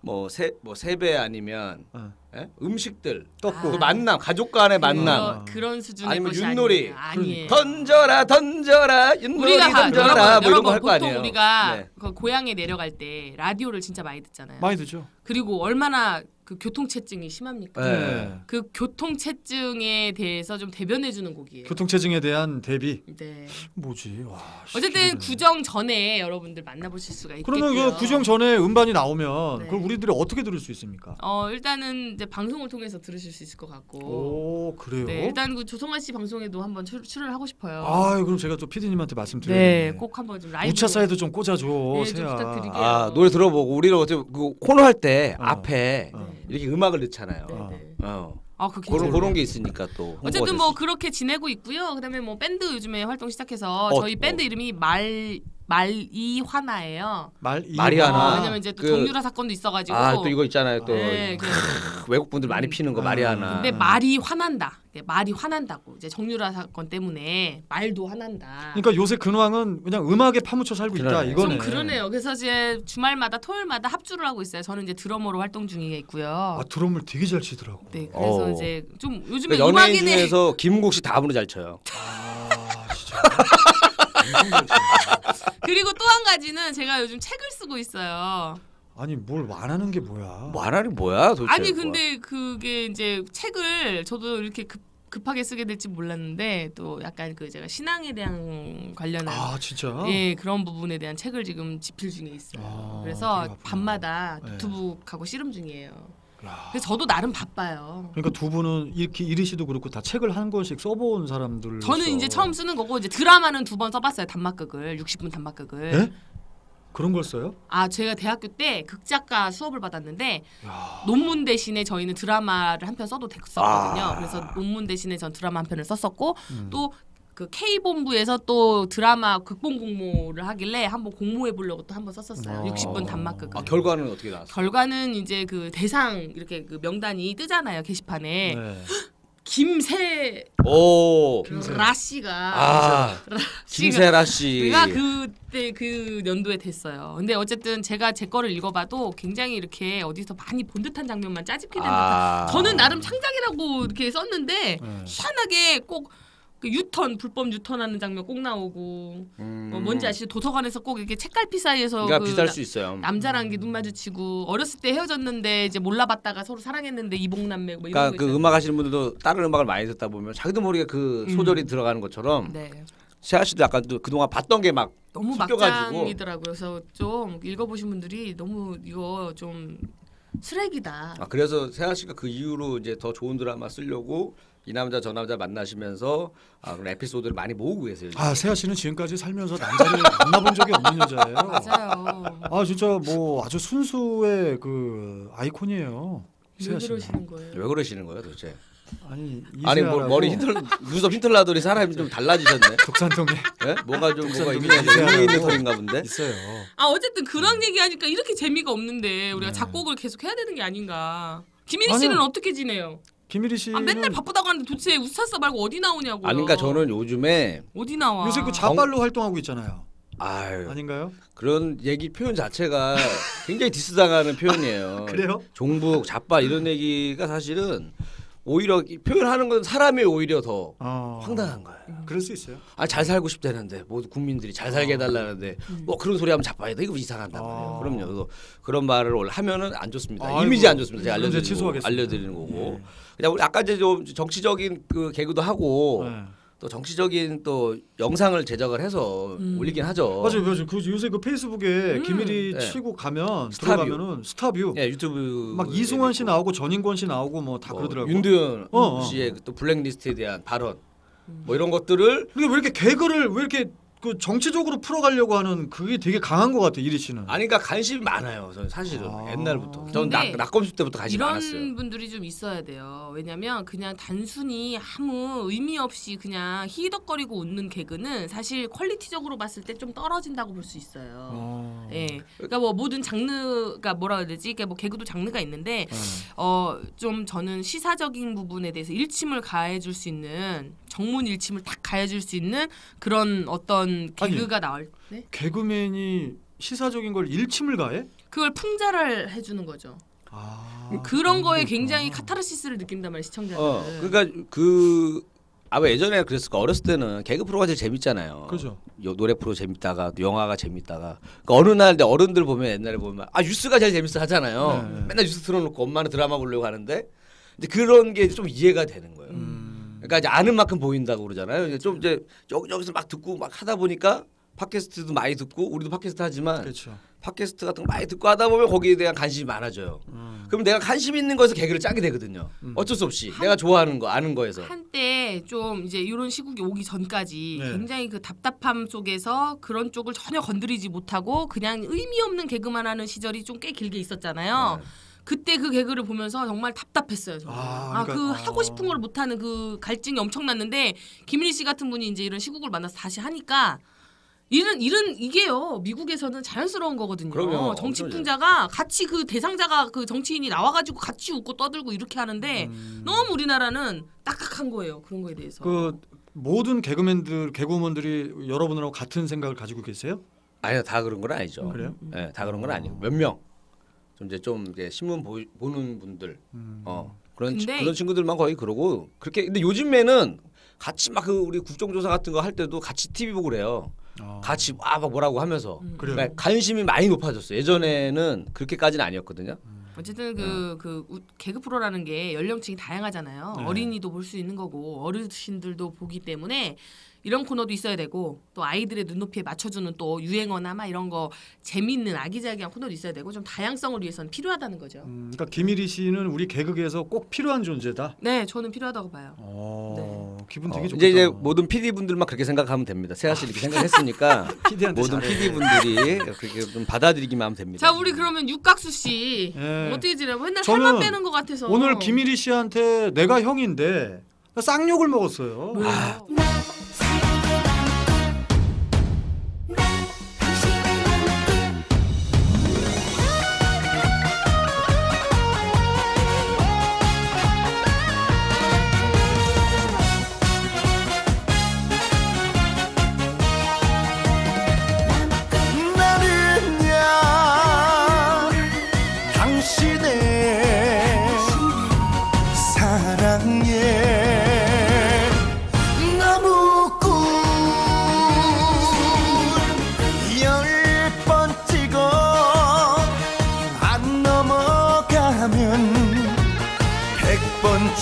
Speaker 2: 뭐세뭐 세배 아니면
Speaker 5: 어.
Speaker 2: 예? 음식들
Speaker 5: 떡국.
Speaker 2: 그 만남 가족 간의
Speaker 3: 음.
Speaker 2: 만남
Speaker 3: 그런- 그런 수준의
Speaker 2: 아니면
Speaker 3: 것이
Speaker 2: 윷놀이.
Speaker 3: 아니에요. 아니에요.
Speaker 2: 던져라 던져라 윷놀이
Speaker 3: 예. 우리가 가, 여러분,
Speaker 2: 던져라 뭐 이런
Speaker 3: 여러분
Speaker 2: 거 할 거
Speaker 3: 보통
Speaker 2: 아니에요.
Speaker 3: 우리가
Speaker 2: 네.
Speaker 3: 그 고향에 내려갈 때 라디오를 진짜 많이 듣잖아요.
Speaker 5: 많이 드죠.
Speaker 3: 그리고 얼마나 그 교통체증이 심합니까?
Speaker 2: 네.
Speaker 3: 그 교통체증에 대해서 좀 대변해 주는 곡이에요.
Speaker 5: 교통체증에 대한 대비.
Speaker 3: 네.
Speaker 5: 뭐지? 와. 씨,
Speaker 3: 어쨌든
Speaker 5: 기대되네.
Speaker 3: 구정 전에 여러분들 만나보실 수가 있겠고요.
Speaker 5: 그러면 그 구정 전에 음반이 나오면
Speaker 3: 네.
Speaker 5: 그걸 우리들이 어떻게 들을 수 있습니까?
Speaker 3: 어 일단은 이제 방송을 통해서 들으실 수 있을 것 같고.
Speaker 5: 오 그래요.
Speaker 3: 네, 일단 그 조성환 씨 방송에도 한번 출, 출연을 하고 싶어요.
Speaker 5: 아 그럼 제가 또 PD님한테 말씀드려요.
Speaker 3: 네, 꼭 한번 좀 라이브.
Speaker 5: 우차 사에도 좀 꽂아줘.
Speaker 3: 네, 좀
Speaker 5: 세야.
Speaker 3: 부탁드리게.
Speaker 2: 아 노래 들어보고 우리는 어떻게 그 코너 할 때
Speaker 5: 어.
Speaker 2: 앞에
Speaker 5: 어.
Speaker 3: 네.
Speaker 2: 이렇게 음악을 넣잖아요.
Speaker 3: 네, 네.
Speaker 2: 어.
Speaker 3: 아, 그
Speaker 2: 그런
Speaker 3: 괜찮아요.
Speaker 2: 그런 게 있으니까 또 홍보가
Speaker 3: 어쨌든
Speaker 2: 됐을
Speaker 3: 뭐
Speaker 2: 때.
Speaker 3: 그렇게 지내고 있고요. 그다음에 뭐 밴드 요즘에 활동 시작해서
Speaker 2: 어,
Speaker 3: 저희 밴드
Speaker 2: 어.
Speaker 3: 이름이 말 말이화나예요.
Speaker 5: 말
Speaker 2: 마리아나.
Speaker 3: 어,
Speaker 2: 아,
Speaker 3: 왜냐면 이제 또
Speaker 2: 그-
Speaker 3: 정유라 사건도 있어가지고.
Speaker 2: 아 또 이거 있잖아요 또
Speaker 3: 네, 그-
Speaker 2: 외국 분들 많이 피는 거
Speaker 5: 아.
Speaker 2: 마리아나.
Speaker 3: 근데 말이 화난다. 네, 말이 화난다고 이제 정유라 사건 때문에 말도 화난다.
Speaker 5: 그러니까 요새 근황은 그냥 음악에 파묻혀 살고 있다
Speaker 2: 그러네.
Speaker 5: 이거네.
Speaker 3: 좀 그러네요. 그래서 이제 주말마다 토요일마다 합주를 하고 있어요. 저는 이제 드러머로 활동 중에 있고요.
Speaker 5: 아 드럼을 되게 잘 치더라고.
Speaker 3: 네, 그래서
Speaker 2: 어.
Speaker 3: 이제 좀 요즘에
Speaker 2: 그러니까 연예인
Speaker 3: 음악인의
Speaker 2: 중에서 김국 씨 다음으로 잘 쳐요.
Speaker 5: 아 진짜.
Speaker 3: [LAUGHS] 그리고 또 한 가지는 제가 요즘 책을 쓰고 있어요.
Speaker 5: [LAUGHS] 아니 뭘 완하는 게 뭐야?
Speaker 2: 뭐 하나리 뭐야
Speaker 5: 그렇죠.
Speaker 2: 도대체.
Speaker 3: 아니
Speaker 2: 뭐야.
Speaker 3: 근데 그게 이제 책을 저도 이렇게 급 급하게 쓰게 될지 몰랐는데 또 약간 그 제가 신앙에 대한 관련한
Speaker 5: 아 진짜.
Speaker 3: 예 그런 부분에 대한 책을 지금 집필 중에 있어요.
Speaker 5: 아,
Speaker 3: 그래서
Speaker 5: 그렇구나.
Speaker 3: 밤마다
Speaker 5: 네. 아.
Speaker 3: 노트북하고 씨름 중이에요.
Speaker 5: 야.
Speaker 3: 그래서 저도 나름 바빠요.
Speaker 5: 그러니까 두 분은 이렇게 이리 씨도 그렇고 다 책을 한 권씩 써본 사람들.
Speaker 3: 저는 이제 처음 쓰는 거고 이제 드라마는 두 번 써봤어요 단막극을 60분 단막극을.
Speaker 5: 예? 그런 걸 써요?
Speaker 3: 아 제가 대학교 때 극작가 수업을 받았는데
Speaker 5: 야.
Speaker 3: 논문 대신에 저희는 드라마를 한 편 써도 됐었거든요.
Speaker 2: 아.
Speaker 3: 그래서 논문 대신에 전 드라마 한 편을 썼었고
Speaker 5: 음.
Speaker 3: 또. 그 K 본부에서 또 드라마 극본 공모를 하길래 한번 공모해 보려고 또 한번 썼었어요.
Speaker 5: 아.
Speaker 3: 60분 단막극을.
Speaker 2: 아, 결과는 어떻게 나왔어?
Speaker 3: 결과는 이제 그 대상 이렇게 그 명단이 뜨잖아요 게시판에
Speaker 5: 네.
Speaker 3: 김세
Speaker 2: 오.
Speaker 3: 라 씨가
Speaker 2: 아, 예, 김세라 씨.
Speaker 3: 제가 그때 그 연도에 됐어요. 근데 어쨌든 제가 제 거를 읽어봐도 굉장히 이렇게 어디서 많이 본 듯한 장면만 짜집게 된다.
Speaker 2: 아.
Speaker 3: 저는 나름 창작이라고 이렇게 썼는데
Speaker 5: 네.
Speaker 3: 희한하게 꼭그 유턴 불법 유턴하는 장면 꼭 나오고
Speaker 2: 음.
Speaker 3: 어, 뭔지 아시죠? 도서관에서 꼭 이렇게 책갈피 사이에서
Speaker 2: 그러니까
Speaker 3: 그
Speaker 2: 비쌀
Speaker 3: 나-
Speaker 2: 수 음. 있어요.
Speaker 3: 남자랑 이렇게 눈 마주치고 어렸을 때 헤어졌는데 이제 몰라봤다가 서로 사랑했는데 이복남매 뭐 이런
Speaker 2: 그러니까
Speaker 3: 거
Speaker 2: 그 음악 하시는 분들도 다른 음악을 많이 듣다 보면 자기도 모르게 그
Speaker 3: 음.
Speaker 2: 소절이 들어가는 것처럼
Speaker 3: 있잖아요. 네.
Speaker 2: 세아 씨도 약간 또 그동안 봤던 게 막
Speaker 3: 너무
Speaker 2: 섞여가지고.
Speaker 3: 막장이더라고요. 그래서 좀 읽어보신 분들이 너무 이거 좀 쓰레기다.
Speaker 2: 아, 그래서 세아 씨가 그 이후로 이제 더 좋은 드라마 쓰려고 이 남자 저 남자 만나시면서 아, 그런 에피소드를 많이 모으고 계세요.
Speaker 5: 아 세아 씨는 지금까지 살면서 남자를 만나본 적이 없는 여자예요.
Speaker 2: 아.
Speaker 3: 맞아요.
Speaker 5: 아 진짜 뭐 아주 순수의 그 아이콘이에요.
Speaker 3: 왜
Speaker 5: 세아 씨.
Speaker 3: 그러시는 거예요?
Speaker 2: 왜 그러시는 거예요, 도대체?
Speaker 5: 아니
Speaker 2: 아니 뭐
Speaker 5: 이세아라고 [LAUGHS]
Speaker 2: 머리 휘둘 눈썹 휘둘라더니 사람이 좀 달라지셨네.
Speaker 5: 독산동에
Speaker 2: 예? 뭔가 좀 뭔가 의미
Speaker 5: 이세아라고.
Speaker 2: 있는 소린가 본데.
Speaker 5: 있어요.
Speaker 3: 아 어쨌든 그런 얘기하니까 이렇게 재미가 없는데 우리가 작곡을 계속 해야 되는 게 아닌가. 김민희 씨는
Speaker 5: 아니요. 음.
Speaker 3: 어떻게 지내요?
Speaker 5: 김일희 씨는
Speaker 3: 아 맨날 바쁘다고 하는데 도대체 우차사 말고 어디 나오냐고요.
Speaker 2: 아니 그러니까 저는 요즘에
Speaker 3: 어디 나와?
Speaker 5: 요새 그 자발로 활동하고 있잖아요.
Speaker 2: 아유
Speaker 5: 아닌가요?
Speaker 2: 그런 얘기 표현 자체가 굉장히 디스당하는 표현이에요.
Speaker 5: [LAUGHS] 그래요?
Speaker 2: 종북, 자빠 이런 얘기가 사실은 오히려 이 표현하는 건 사람이 오히려 더
Speaker 5: 어.
Speaker 2: 아. 황당한 거예요.
Speaker 5: 그럴 수 있어요.
Speaker 2: 아, 잘 살고 싶다는데 모두 국민들이 잘 살게 해달라는데 뭐 그런 소리 하면 자빠이다 이거 이상하단 말이에요.
Speaker 5: 음. 아.
Speaker 2: 그럼요. 그래서 그런 말을 원래 하면은 안 좋습니다.
Speaker 5: 아이고.
Speaker 2: 이미지 안 좋습니다. 제가
Speaker 5: 그럼 이제
Speaker 2: 알려드리고
Speaker 5: 취소하겠습니다. 예.
Speaker 2: 알려드리는 거고 그냥 우리 아까 이제 좀 정치적인 그 개그도 하고
Speaker 5: 네.
Speaker 2: 또 정치적인 또 영상을 제작을 해서
Speaker 3: 음.
Speaker 2: 올리긴 하죠.
Speaker 5: 맞아요, 맞아요. 그 요새 그 페이스북에
Speaker 3: 음.
Speaker 5: 김일이
Speaker 2: 어. 네.
Speaker 5: 치고 가면
Speaker 2: 스타뷰.
Speaker 5: 들어가면은 스타뷰
Speaker 2: 예, 유튜브
Speaker 5: 막 이승환 씨 나오고 전인권 씨 나오고 뭐 다
Speaker 2: 뭐
Speaker 5: 그러더라고. 요
Speaker 2: 윤두현
Speaker 5: 어, 음. 어.
Speaker 2: 씨의 그 또 블랙리스트에 대한 발언 뭐 이런 것들을
Speaker 5: 근데 그러니까 왜 이렇게 개그를 왜 이렇게 그 정치적으로 풀어가려고 하는 그게 되게 강한 것 같아 이리 씨는.
Speaker 2: 아니 그러니까 관심이 많아요. 저는 사실은
Speaker 5: 아.
Speaker 2: 옛날부터. 저는
Speaker 3: 근데
Speaker 2: 낙- 낙검수 때부터 관심이
Speaker 3: 이런
Speaker 2: 많았어요.
Speaker 3: 분들이 좀 있어야 돼요. 왜냐면 그냥 단순히 아무 의미 없이 그냥 히덕거리고 웃는 개그는 사실 퀄리티적으로 봤을 때 좀 떨어진다고 볼 수 있어요.
Speaker 5: 어.
Speaker 2: 아.
Speaker 3: 예, 그러니까 뭐 모든 장르가 뭐라 해야 되지? 그러니까 뭐 개그도 장르가 있는데
Speaker 5: 네.
Speaker 3: 어 좀 저는 시사적인 부분에 대해서 일침을 가해줄 수 있는 정문 일침을 딱 가해줄 수 있는 그런 어떤
Speaker 5: 아니.
Speaker 3: 개그가 나올
Speaker 5: 네?
Speaker 3: 때
Speaker 5: 개그맨이 시사적인 걸 일침을 가해?
Speaker 3: 그걸 풍자를 해주는 거죠.
Speaker 5: 아,
Speaker 3: 그런 거에
Speaker 5: 거구나.
Speaker 3: 굉장히 카타르시스를 느낀단
Speaker 5: 네.
Speaker 3: 말이에요 시청자들은.
Speaker 2: 어, 그러니까 그 아마 예전에 그랬을까 어렸을 때는 개그 프로가 제일 재밌잖아요.
Speaker 5: 그죠.
Speaker 2: 요 노래 프로 재밌다가 또 영화가 재밌다가 그러니까 어느 날 내 어른들 보면 옛날에 보면 아 뉴스가 제일 재밌어 하잖아요.
Speaker 5: 네, 네.
Speaker 2: 맨날 뉴스 틀어놓고 엄마는 드라마 보려고 하는데 이제 그런 게 좀 이해가 되는
Speaker 3: 음.
Speaker 2: 거예요.
Speaker 5: 음.
Speaker 2: 그러니까 이제 아는 만큼 보인다고 그러잖아요. 이제 좀 이제 여, 여기서 막 듣고 막 하다 보니까 팟캐스트도 많이 듣고 우리도 팟캐스트 하지만
Speaker 5: 그렇죠.
Speaker 2: 팟캐스트 같은 거 많이 듣고 하다 보면 거기에 대한 관심이 많아져요.
Speaker 5: 음.
Speaker 2: 그럼 내가 관심 있는 거에서 개그를 짜게 되거든요. 어쩔 수 없이 내가 좋아하는 거 아는 거에서.
Speaker 3: 한때 좀 이제 이런 시국이 오기 전까지
Speaker 5: 네.
Speaker 3: 굉장히 그 답답함 속에서 그런 쪽을 전혀 건드리지 못하고 그냥 의미 없는 개그만 하는 시절이 좀 꽤 길게
Speaker 5: 네.
Speaker 3: 있었잖아요.
Speaker 2: 네.
Speaker 3: 그때 그 개그를 보면서 정말 답답했어요. 정말.
Speaker 5: 아,
Speaker 3: 아, 그
Speaker 5: 그러니까-
Speaker 3: 하고 싶은 걸 못하는 그 갈증이 엄청났는데 김일희 씨 같은 분이 이제 이런 시국을 만나서 다시 하니까 이런 이런 이게요 미국에서는 자연스러운 거거든요.
Speaker 2: 그럼요.
Speaker 3: 정치
Speaker 2: 엄청
Speaker 3: 풍자가 같이 그 대상자가 그 정치인이 나와가지고 같이 웃고 떠들고 이렇게 하는데 너무 우리나라는 딱딱한 거예요 그런 거에
Speaker 5: 음.
Speaker 3: 대해서.
Speaker 5: 그 모든 개그맨들 개그우먼들이 여러분하고 같은 생각을 가지고 계세요?
Speaker 2: 아니요 다 그런 건 아니죠.
Speaker 5: 그래요?
Speaker 2: 네, 다 그런 건 아니고 몇 명. 좀 이제 좀 이제 신문 보, 는 분들.
Speaker 5: 음.
Speaker 2: 어 그런 치-
Speaker 3: 근데-
Speaker 2: 그런 친구들만 거의 그러고 그렇게 근데 요즘에는 같이 막 그 우리 국정조사 같은 거 할 때도 같이 TV 보고 그래요.
Speaker 5: 어.
Speaker 2: 같이 와 막 뭐라고 하면서
Speaker 3: 음.
Speaker 5: 그래요.
Speaker 2: 그러니까 관심이 많이 높아졌어요. 예전에는 그렇게까지는 아니었거든요.
Speaker 3: 어쨌든 그, 그 우- 개그 프로라는 게 연령층이 다양하잖아요.
Speaker 5: 네.
Speaker 3: 어린이도 볼 수 있는 거고 어르신들도 보기 때문에 이런 코너도 있어야 되고 또 아이들의 눈높이에 맞춰주는 또 유행어나 막 이런 거 재미있는 아기자기한 코너도 있어야 되고 좀 다양성을 위해서는 필요하다는 거죠.
Speaker 5: 음, 그러니까 김일희 씨는 우리 개그계에서 꼭 필요한 존재다.
Speaker 3: 네, 저는 필요하다고 네. 봐요.
Speaker 5: 어, 기분
Speaker 2: 어,
Speaker 5: 되게 좋겠다.
Speaker 2: 이제 이제 모든 PD 분들만 그렇게 생각하면 됩니다. 세아 씨
Speaker 5: [LAUGHS]
Speaker 2: 이렇게 생각했으니까
Speaker 5: PD한테
Speaker 2: 모든 PD 분들이 그렇게 좀 받아들이기만 하면 됩니다.
Speaker 3: 자, 우리 그러면 육각수 씨
Speaker 5: 예.
Speaker 3: 어떻게 지내요? 맨날
Speaker 5: 네. 저는
Speaker 3: 살만 빼는 것 같아서
Speaker 5: 오늘 김일희 씨한테 내가 형인데 나 쌍욕을 먹었어요.
Speaker 3: 왜요?
Speaker 1: 사랑해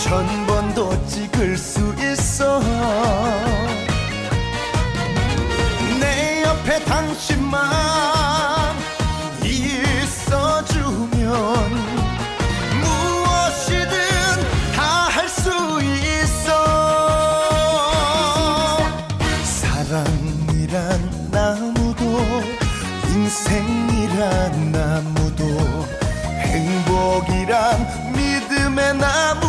Speaker 1: 천 번도 찍을 수 있어 내 옆에 당신만 있어주면 무엇이든 다 할 수 있어 사랑이란 나무도 인생이란 나무도 행복이란 믿음의 나무도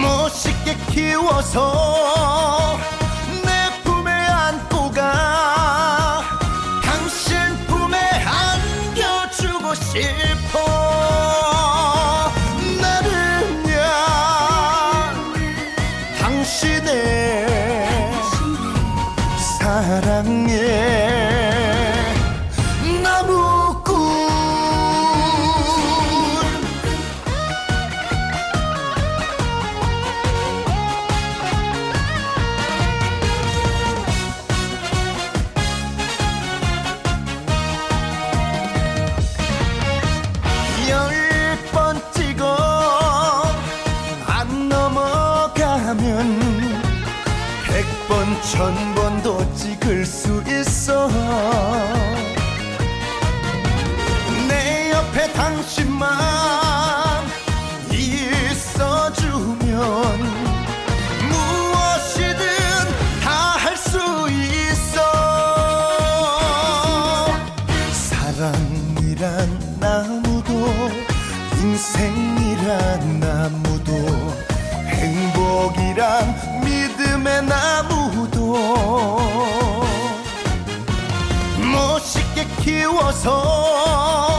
Speaker 1: 멋있게 키워서 내 품에 안고 가 당신 품에 안겨주고 싶어 나는야 당신의 사랑의 나무꾼 열 번 찍어 안 넘어가면 백 번 천 번도 찍을 수 있어 내 옆에 당신만 있어주면 무엇이든 다 할 수 있어 사랑이란 나무도 인생이란 나무도 행복이란 믿음의 나무도 멋있게 키워서